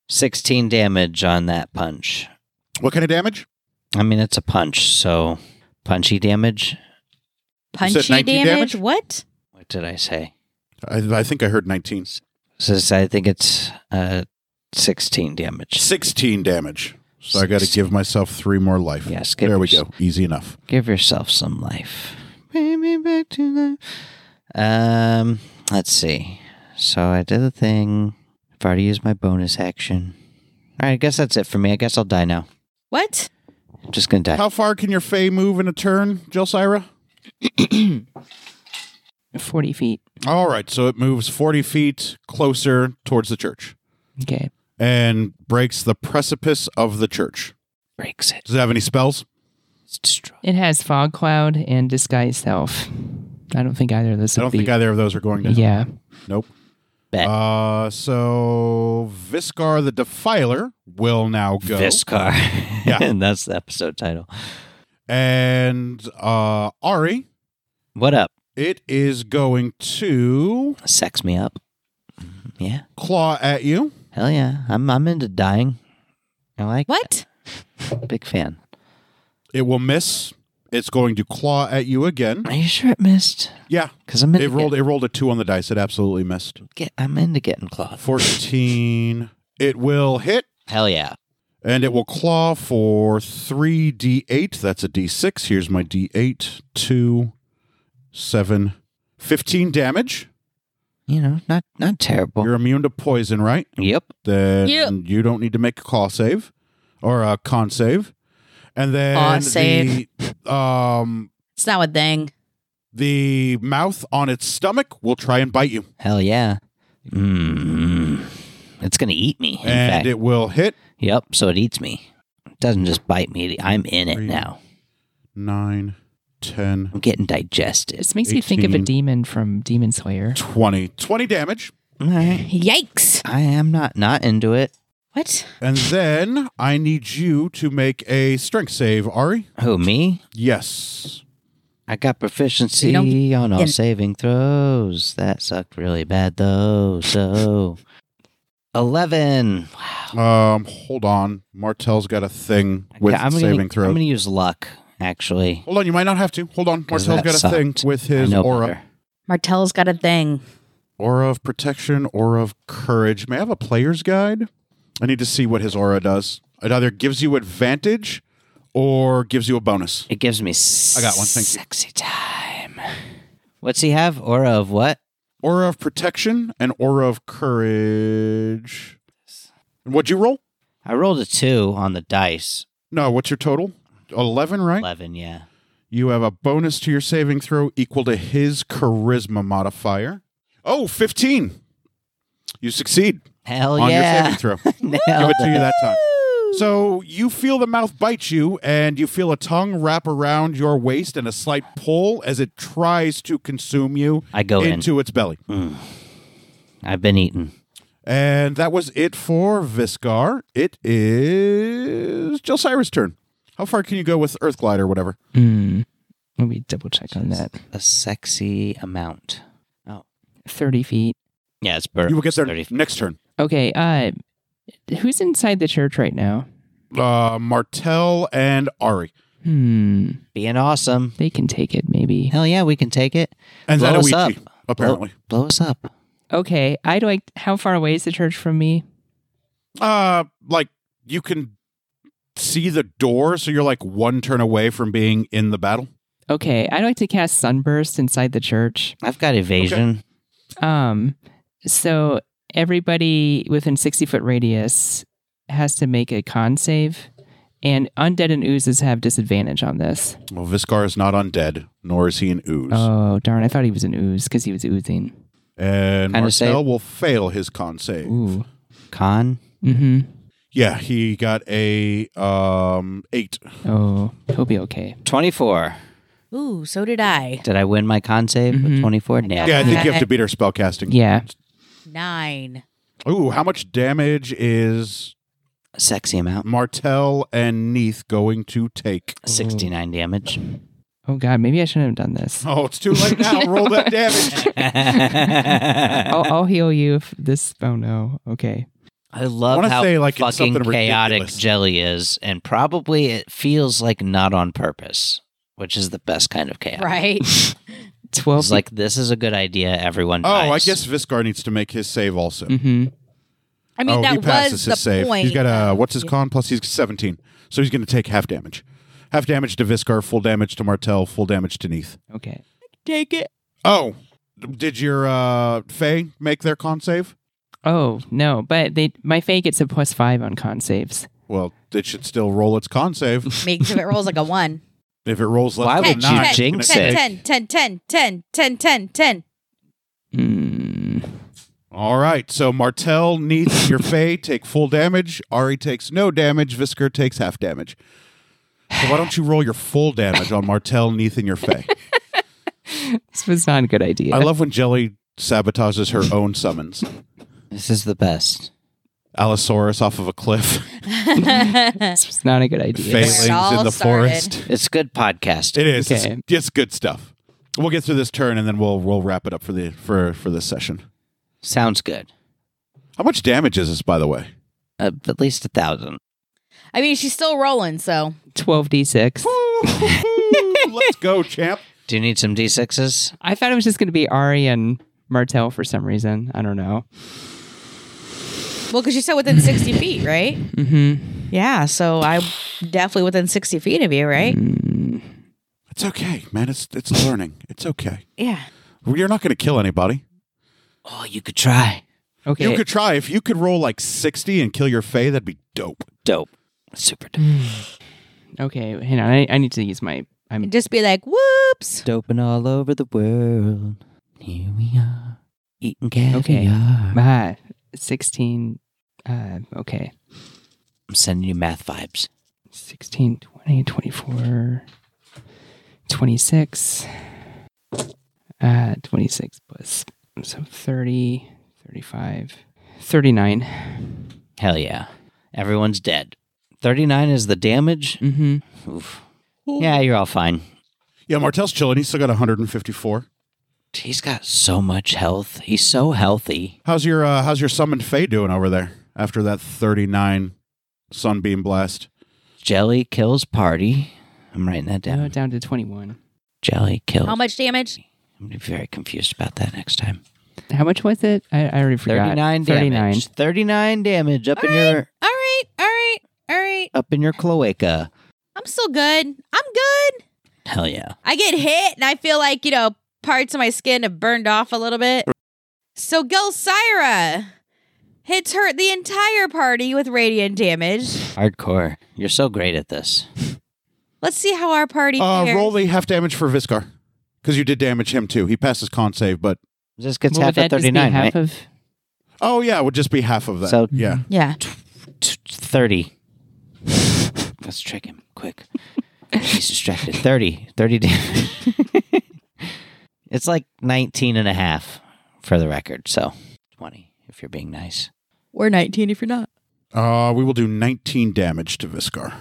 Speaker 3: 16 damage on that punch.
Speaker 1: What kind of damage?
Speaker 3: I mean, it's a punch, so punchy damage.
Speaker 2: Punchy damage?
Speaker 1: 19 damage?
Speaker 2: What?
Speaker 3: What did I say?
Speaker 1: I, I think I heard 19.
Speaker 3: Says I think it's uh, 16 damage.
Speaker 1: 16 damage. So I got to give myself three more life.
Speaker 3: Yeah, skip
Speaker 1: There we
Speaker 3: yours-
Speaker 1: go. Easy enough.
Speaker 3: Give yourself some life. Bring me back to life. Um, let's see. So I did the thing. I've already used my bonus action. All right, I guess that's it for me. I guess I'll die now.
Speaker 2: What?
Speaker 3: I'm just gonna die.
Speaker 1: How far can your Fey move in a turn, Jelsira?
Speaker 4: 40 feet.
Speaker 1: All right, so it moves 40 feet closer towards the church
Speaker 4: Okay.
Speaker 1: and breaks the precipice of the church.
Speaker 3: Breaks it.
Speaker 1: Does it have any spells?
Speaker 3: It's destroyed.
Speaker 4: It has fog cloud and disguise self. I don't think either of those
Speaker 1: I
Speaker 4: would
Speaker 1: don't
Speaker 4: be-
Speaker 1: think either of those are going to.
Speaker 4: Yeah.
Speaker 1: Nope.
Speaker 3: Bet.
Speaker 1: Uh, so Viscar the Defiler will now go.
Speaker 3: Viscar.
Speaker 1: Yeah.
Speaker 3: and that's the episode title.
Speaker 1: And uh, Ari,
Speaker 3: What up?
Speaker 1: it is going to
Speaker 3: Sex me up. Yeah.
Speaker 1: claw at you.
Speaker 3: Hell yeah. I'm I'm into dying. I like
Speaker 2: What?
Speaker 3: that. big fan.
Speaker 1: It will miss. It's going to claw at you again.
Speaker 3: Are you sure it missed?
Speaker 1: Yeah,
Speaker 3: Because I'm into
Speaker 1: it rolled.
Speaker 3: get-
Speaker 1: It rolled a two on the dice. It absolutely missed.
Speaker 3: get- I'm into getting clawed.
Speaker 1: Fourteen. it will hit,
Speaker 3: Hell yeah.
Speaker 1: and it will claw for three d eight. That's a d six. Here's my d eight. Two, seven, fifteen damage.
Speaker 3: You know, not not terrible.
Speaker 1: You're immune to poison, right?
Speaker 3: yep.
Speaker 1: Then
Speaker 2: Yep.
Speaker 1: you don't need to make a claw save or a con save. And then
Speaker 2: Claw save.
Speaker 1: the um
Speaker 2: It's not a thing.
Speaker 1: the mouth on its stomach will try and bite you.
Speaker 3: Hell yeah. Mm. It's gonna eat me. In
Speaker 1: and
Speaker 3: fact.
Speaker 1: it will hit
Speaker 3: Yep. So it eats me. It doesn't just bite me. I'm in it
Speaker 1: Three.
Speaker 3: now.
Speaker 1: nine, ten,
Speaker 3: I'm getting digested.
Speaker 4: This makes me think of a
Speaker 1: 18.
Speaker 4: demon from Demon Slayer.
Speaker 1: twenty, twenty 20. 20 damage.
Speaker 3: All right.
Speaker 2: Yikes.
Speaker 3: I am not not into it.
Speaker 2: What?
Speaker 1: And then I need you to make a strength save, Ari.
Speaker 3: Who me?
Speaker 1: Yes.
Speaker 3: I got proficiency
Speaker 2: You don't get-
Speaker 3: on all
Speaker 2: in-
Speaker 3: saving throws. That sucked really bad though. So eleven. Wow.
Speaker 1: Um, hold on. Martel's got a thing with
Speaker 3: I'm gonna,
Speaker 1: saving throws.
Speaker 3: I'm gonna use luck. Actually,
Speaker 1: Hold on, you might not have to. Hold on.
Speaker 3: 'Cause
Speaker 1: Martel's
Speaker 3: that
Speaker 1: got a thing
Speaker 3: sucked.
Speaker 1: with
Speaker 3: I
Speaker 1: his
Speaker 3: know
Speaker 1: aura.
Speaker 3: better.
Speaker 2: Martell's got a thing.
Speaker 1: aura of protection, aura of courage. May I have a player's guide? I need to see what his aura does. It either gives you advantage or gives you a bonus.
Speaker 3: It gives me. S-
Speaker 1: I got one, thank you.
Speaker 3: Sexy time. What's he have? Aura of what?
Speaker 1: Aura of protection and aura of courage. And what'd you roll?
Speaker 3: I rolled a two on the dice.
Speaker 1: No, what's your total? 11, right?
Speaker 3: Eleven. Yeah.
Speaker 1: You have a bonus to your saving throw equal to his charisma modifier. Oh, 15. You succeed
Speaker 3: Hell
Speaker 1: on
Speaker 3: Oh, yeah.
Speaker 1: your saving throw. give
Speaker 3: Nailed
Speaker 1: it to you that time. So you feel the mouth bite you, and you feel a tongue wrap around your waist and a slight pull as it tries to consume you
Speaker 3: I go in.
Speaker 1: into its belly.
Speaker 3: I've been eaten.
Speaker 1: And that was it for Viscar. It is Jelsira's turn. How far can you go with Earthglide or whatever?
Speaker 4: Mm. Let me double check on that.
Speaker 3: A sexy amount.
Speaker 4: 30 feet.
Speaker 3: Yeah, it's bird.
Speaker 1: You will get there
Speaker 3: 30 feet.
Speaker 1: next turn.
Speaker 4: Okay. Uh, who's inside the church right now?
Speaker 1: Uh, Martel and Ari.
Speaker 4: Hmm.
Speaker 3: Being awesome.
Speaker 4: They can take it, maybe.
Speaker 3: Hell yeah, we can take it.
Speaker 1: And
Speaker 3: Blow us
Speaker 1: Zatoichi, apparently.
Speaker 3: Blow us up.
Speaker 4: Okay. I'd like. How far away is the church from me?
Speaker 1: Uh, like, you can see the door, so you're like one turn away from being in the battle.
Speaker 4: Okay. I'd like to cast Sunburst inside the church.
Speaker 3: I've got evasion.
Speaker 4: Um, so everybody within 60 foot radius has to make a con save, and undead and oozes have disadvantage on this.
Speaker 1: Well, Viscar is not undead, nor is he an ooze.
Speaker 4: Oh, darn. I thought he was an ooze because he was oozing.
Speaker 1: and
Speaker 3: Kinda
Speaker 1: Marcel
Speaker 3: say-
Speaker 1: will fail his con save.
Speaker 4: Ooh.
Speaker 3: Con.
Speaker 4: Mm
Speaker 1: Yeah, he got a um eight.
Speaker 4: hmm. Oh, he'll be okay.
Speaker 3: 24.
Speaker 2: Ooh, so did I.
Speaker 3: Did I win my con save? with
Speaker 4: Mhm.
Speaker 3: 24? Nailed
Speaker 1: Yeah, I
Speaker 3: it.
Speaker 1: think you have to beat her spellcasting.
Speaker 4: Yeah.
Speaker 2: Nine.
Speaker 1: Ooh, how much damage is
Speaker 3: Sexy amount.
Speaker 1: Martel and Neath going to take?
Speaker 3: 69 damage.
Speaker 4: Oh, God. Maybe I shouldn't have done this.
Speaker 1: Oh, it's too late now. Roll that damage.
Speaker 4: I'll,
Speaker 3: I
Speaker 4: I'll heal you if this. Oh, no. Okay.
Speaker 3: love
Speaker 1: Wanna
Speaker 3: how
Speaker 1: say, like, it's
Speaker 3: fucking
Speaker 1: something
Speaker 3: chaotic
Speaker 1: ridiculous.
Speaker 3: Jelly is, and probably it feels like not on purpose, which is the best kind of chaos.
Speaker 2: Right.
Speaker 4: 12.
Speaker 3: It's like, this is a good idea, everyone.
Speaker 1: Oh, I
Speaker 3: buys.
Speaker 1: guess Viscar needs to make his save also.
Speaker 4: hmm
Speaker 2: I Mm. mean,
Speaker 1: oh,
Speaker 2: that
Speaker 1: he passes
Speaker 2: was
Speaker 1: his
Speaker 2: the
Speaker 1: save.
Speaker 2: point.
Speaker 1: He's got a what's his
Speaker 2: Yeah.
Speaker 1: con plus? He's seventeen, so he's going to take half damage. Half damage to Viscar, full damage to Martel, full damage to Neath.
Speaker 4: Okay.
Speaker 2: Take it.
Speaker 1: Oh, did your uh Faye make their con save?
Speaker 4: Oh, no. But they my Fae gets a plus five on con saves.
Speaker 1: Well, it should still roll its con save.
Speaker 2: Make if it rolls like a one.
Speaker 1: If it rolls less
Speaker 3: Why
Speaker 1: than
Speaker 3: would
Speaker 1: a
Speaker 3: you
Speaker 1: nine, it's gonna
Speaker 3: Oh, jinx
Speaker 1: take-
Speaker 3: it?
Speaker 2: 10, 10, 10, 10, 10, 10, 10.
Speaker 4: Mm.
Speaker 1: All right. So Martel, Neith, your Fae take full damage. Ari takes no damage. Visker takes half damage. So why don't you roll your full damage on Martel, Neith, and your Fae?
Speaker 4: This was not a good idea.
Speaker 1: I love when Jelly sabotages her own summons.
Speaker 3: This is the best.
Speaker 1: Allosaurus off of a cliff,
Speaker 4: this was not a good idea.
Speaker 2: Fail.
Speaker 1: Phalings
Speaker 2: all
Speaker 1: in the
Speaker 2: started.
Speaker 1: forest.
Speaker 3: It's good podcast.
Speaker 1: It is. It's-
Speaker 4: Okay.
Speaker 1: It's, good stuff. We'll get through this turn and then we'll we'll wrap it up for the for for this session.
Speaker 3: Sounds good.
Speaker 1: How much damage is this, by the way?
Speaker 3: Uh, at least a thousand.
Speaker 2: I mean, she's still rolling, so.
Speaker 4: Twelve d six.
Speaker 1: Let's go, champ.
Speaker 3: Do you need some d6s?
Speaker 4: I thought it was just going to be Ari and Martel for some reason. I don't know.
Speaker 2: Well, because you said within 60 feet, right?
Speaker 4: Mm-hmm.
Speaker 2: Yeah, so I'm definitely within 60 feet of you, right?
Speaker 3: Mm-hmm.
Speaker 1: It's okay, man. It's it's learning. It's okay.
Speaker 2: Yeah.
Speaker 1: You're not going to kill anybody.
Speaker 3: Oh, you could try.
Speaker 4: Okay.
Speaker 1: You could try if you could roll like sixty and kill your Fae. That'd be dope.
Speaker 3: Dope. Super dope.
Speaker 4: okay. Hang on. I, I need to use my. I'm.
Speaker 2: Just be like, whoops.
Speaker 3: Doping all over the world. Here we are. Eating caviar.
Speaker 4: Okay.
Speaker 3: I'm
Speaker 4: Ah, sixteen. Uh, okay.
Speaker 3: sending you math vibes.
Speaker 4: 16, 20, 24, 26. Uh, 26 plus. So 30, 35, 39.
Speaker 3: Hell yeah. Everyone's dead. 39 is the damage.
Speaker 4: Mm-hmm.
Speaker 3: Oof. Yeah, you're all fine.
Speaker 1: Yeah, Martel's chilling. He's still got 154.
Speaker 3: He's got so much health. He's so healthy.
Speaker 1: How's your uh, How's your summoned Fae doing over there after that 39 sunbeam blast?
Speaker 3: Jelly kills party. I'm writing that down.
Speaker 4: Now down to 21.
Speaker 3: Jelly kills.
Speaker 2: How much damage?
Speaker 3: I'm gonna be very confused about that next time.
Speaker 4: How much was it? I, I already forgot.
Speaker 3: 39 damage. 39 damage up in your
Speaker 2: All right, all right, all right.
Speaker 3: up in your cloaca.
Speaker 2: I'm still good. I'm good.
Speaker 3: Hell yeah.
Speaker 2: I get hit and I feel like, you know, parts of my skin have burned off a little bit. So Gelsira hits her the entire party with radiant damage.
Speaker 3: Hardcore. You're so great at this.
Speaker 2: Let's see how our party
Speaker 1: Uh,
Speaker 2: fares.
Speaker 1: roll the half damage for Viscar because you did damage him too. He passes con save, but
Speaker 3: This gets
Speaker 4: Well,
Speaker 3: half
Speaker 4: would
Speaker 3: of
Speaker 4: that just be
Speaker 3: 39,
Speaker 4: half
Speaker 3: right?
Speaker 4: of
Speaker 1: oh yeah, it would just be half of that.
Speaker 3: So-
Speaker 1: yeah,
Speaker 2: yeah.
Speaker 3: T- t- 30. Let's trick him quick. He's distracted. 30. 30 damage. it's like 19 and a half for the record. So 20 if you're being nice.
Speaker 2: Or 19 if you're not.
Speaker 1: Uh, we will do 19 damage to Viscar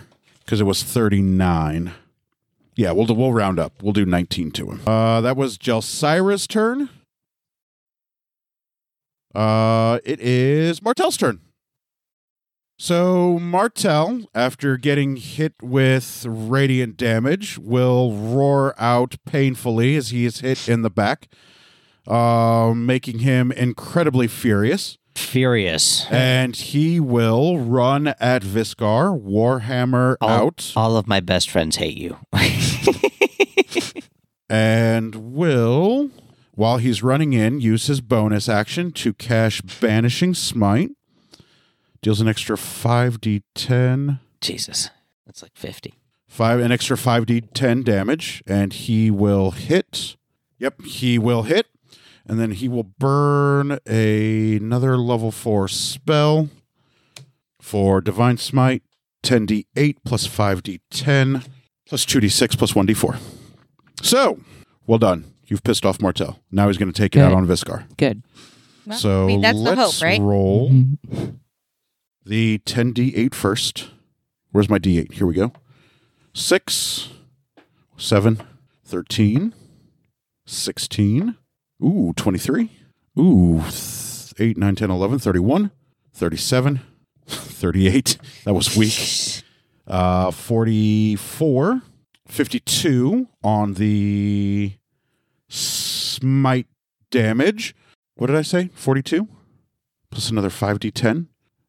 Speaker 1: because it was 39. Yeah, we'll do, we'll round up. We'll do 19 to him. Uh, that was Gelsira's turn. Uh, it is Martel's turn. So Martel, after getting hit with radiant damage, will roar out painfully as he is hit in the back, uh, making him incredibly furious.
Speaker 3: Furious.
Speaker 1: And he will run at Viscar, Warhammer
Speaker 3: All-
Speaker 1: out,
Speaker 3: All of my best friends hate you.
Speaker 1: and will, while he's running in, use his bonus action to cash Banishing Smite. Deals an extra 5d10,
Speaker 3: Jesus. That's like 50.
Speaker 1: five, an extra 5d10 damage, and he will hit. Yep, he will hit. And then he will burn a- another level 4 spell for Divine Smite 10d8 plus 5d10 plus 2d6 plus 1d4. So, well done. You've pissed off Martel. Now he's going to take it out
Speaker 4: Good.
Speaker 1: on Viscar.
Speaker 4: good?
Speaker 2: Well,
Speaker 1: so
Speaker 2: I mean, that's the
Speaker 1: let's
Speaker 2: hope, right?
Speaker 1: roll
Speaker 4: Mhm.
Speaker 1: the 10d8 first. Where's my d8? Here we go. 6, 7, 13, 16, ooh, 23, ooh, th- 8, 9, 10, 11, 31, 37, 38. That was weak. Uh, 44, 52 on the smite damage. What did I say? 42 plus another 5d10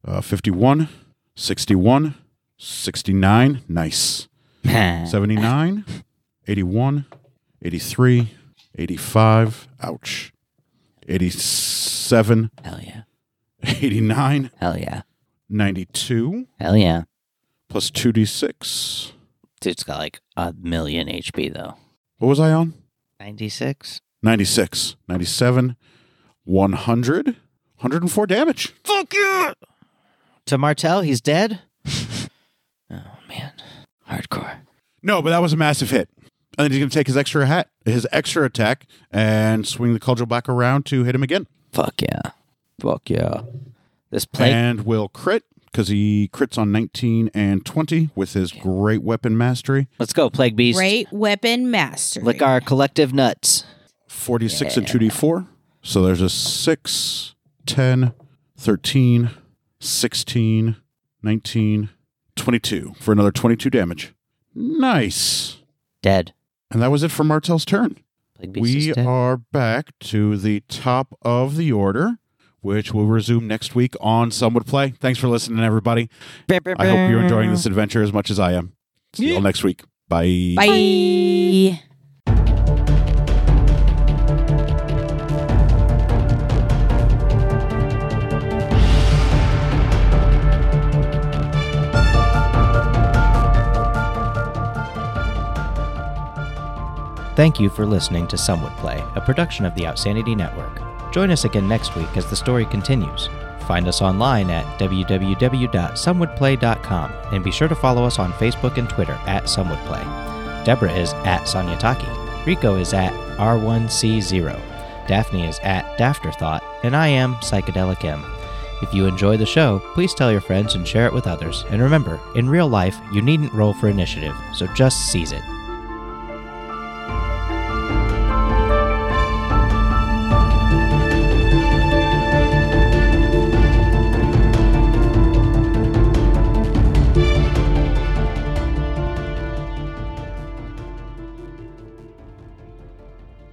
Speaker 1: uh, 51, 61, 69, nice. 79, 81, 83, 85, ouch. 87,
Speaker 3: Hell yeah.
Speaker 1: 89,
Speaker 3: Hell yeah.
Speaker 1: 92,
Speaker 3: Hell yeah.
Speaker 1: plus 2d6.
Speaker 3: Dude's got like a million HP though.
Speaker 1: What was I on?
Speaker 3: 96.
Speaker 1: 96, 97, 100, 104 damage.
Speaker 3: Fuck you! To Martel, he's dead? oh, man. Hardcore.
Speaker 1: No, but that was a massive hit. And then he's going to take his extra hat, his extra attack, and swing the cudgel back around to hit him again.
Speaker 3: Fuck yeah. Fuck yeah. This plague.
Speaker 1: And will crit because he crits on 19 and 20 with his great weapon mastery.
Speaker 3: Let's go, Plague Beast.
Speaker 2: Great weapon master.
Speaker 3: Lick our collective nuts.
Speaker 1: 46 and 2d4. So there's a 6, 10, 13, 16, 19, 22 for another 22 damage. Nice.
Speaker 3: Dead.
Speaker 1: And that was it for Martel's turn.
Speaker 3: Plague Beast
Speaker 1: We
Speaker 3: is dead.
Speaker 1: are back to the top of the order, which will resume next week on Some Would Play. Thanks for listening, everybody. I hope you're enjoying this adventure as much as I am. See you all next week. Bye.
Speaker 2: Bye.
Speaker 3: Thank you for listening to Some Would Play, a production of the Outsanity Network. Join us again next week as the story continues. Find us online at www.somewouldplay.com and be sure to follow us on Facebook and Twitter at Some Would Play. Deborah is at Sanyataki, Rico is at R1C0, Daphne is at Dafterthought, and I am Psychedelic M. If you enjoy the show, please tell your friends and share it with others. And remember, in real life, you needn't roll for initiative, so just seize it.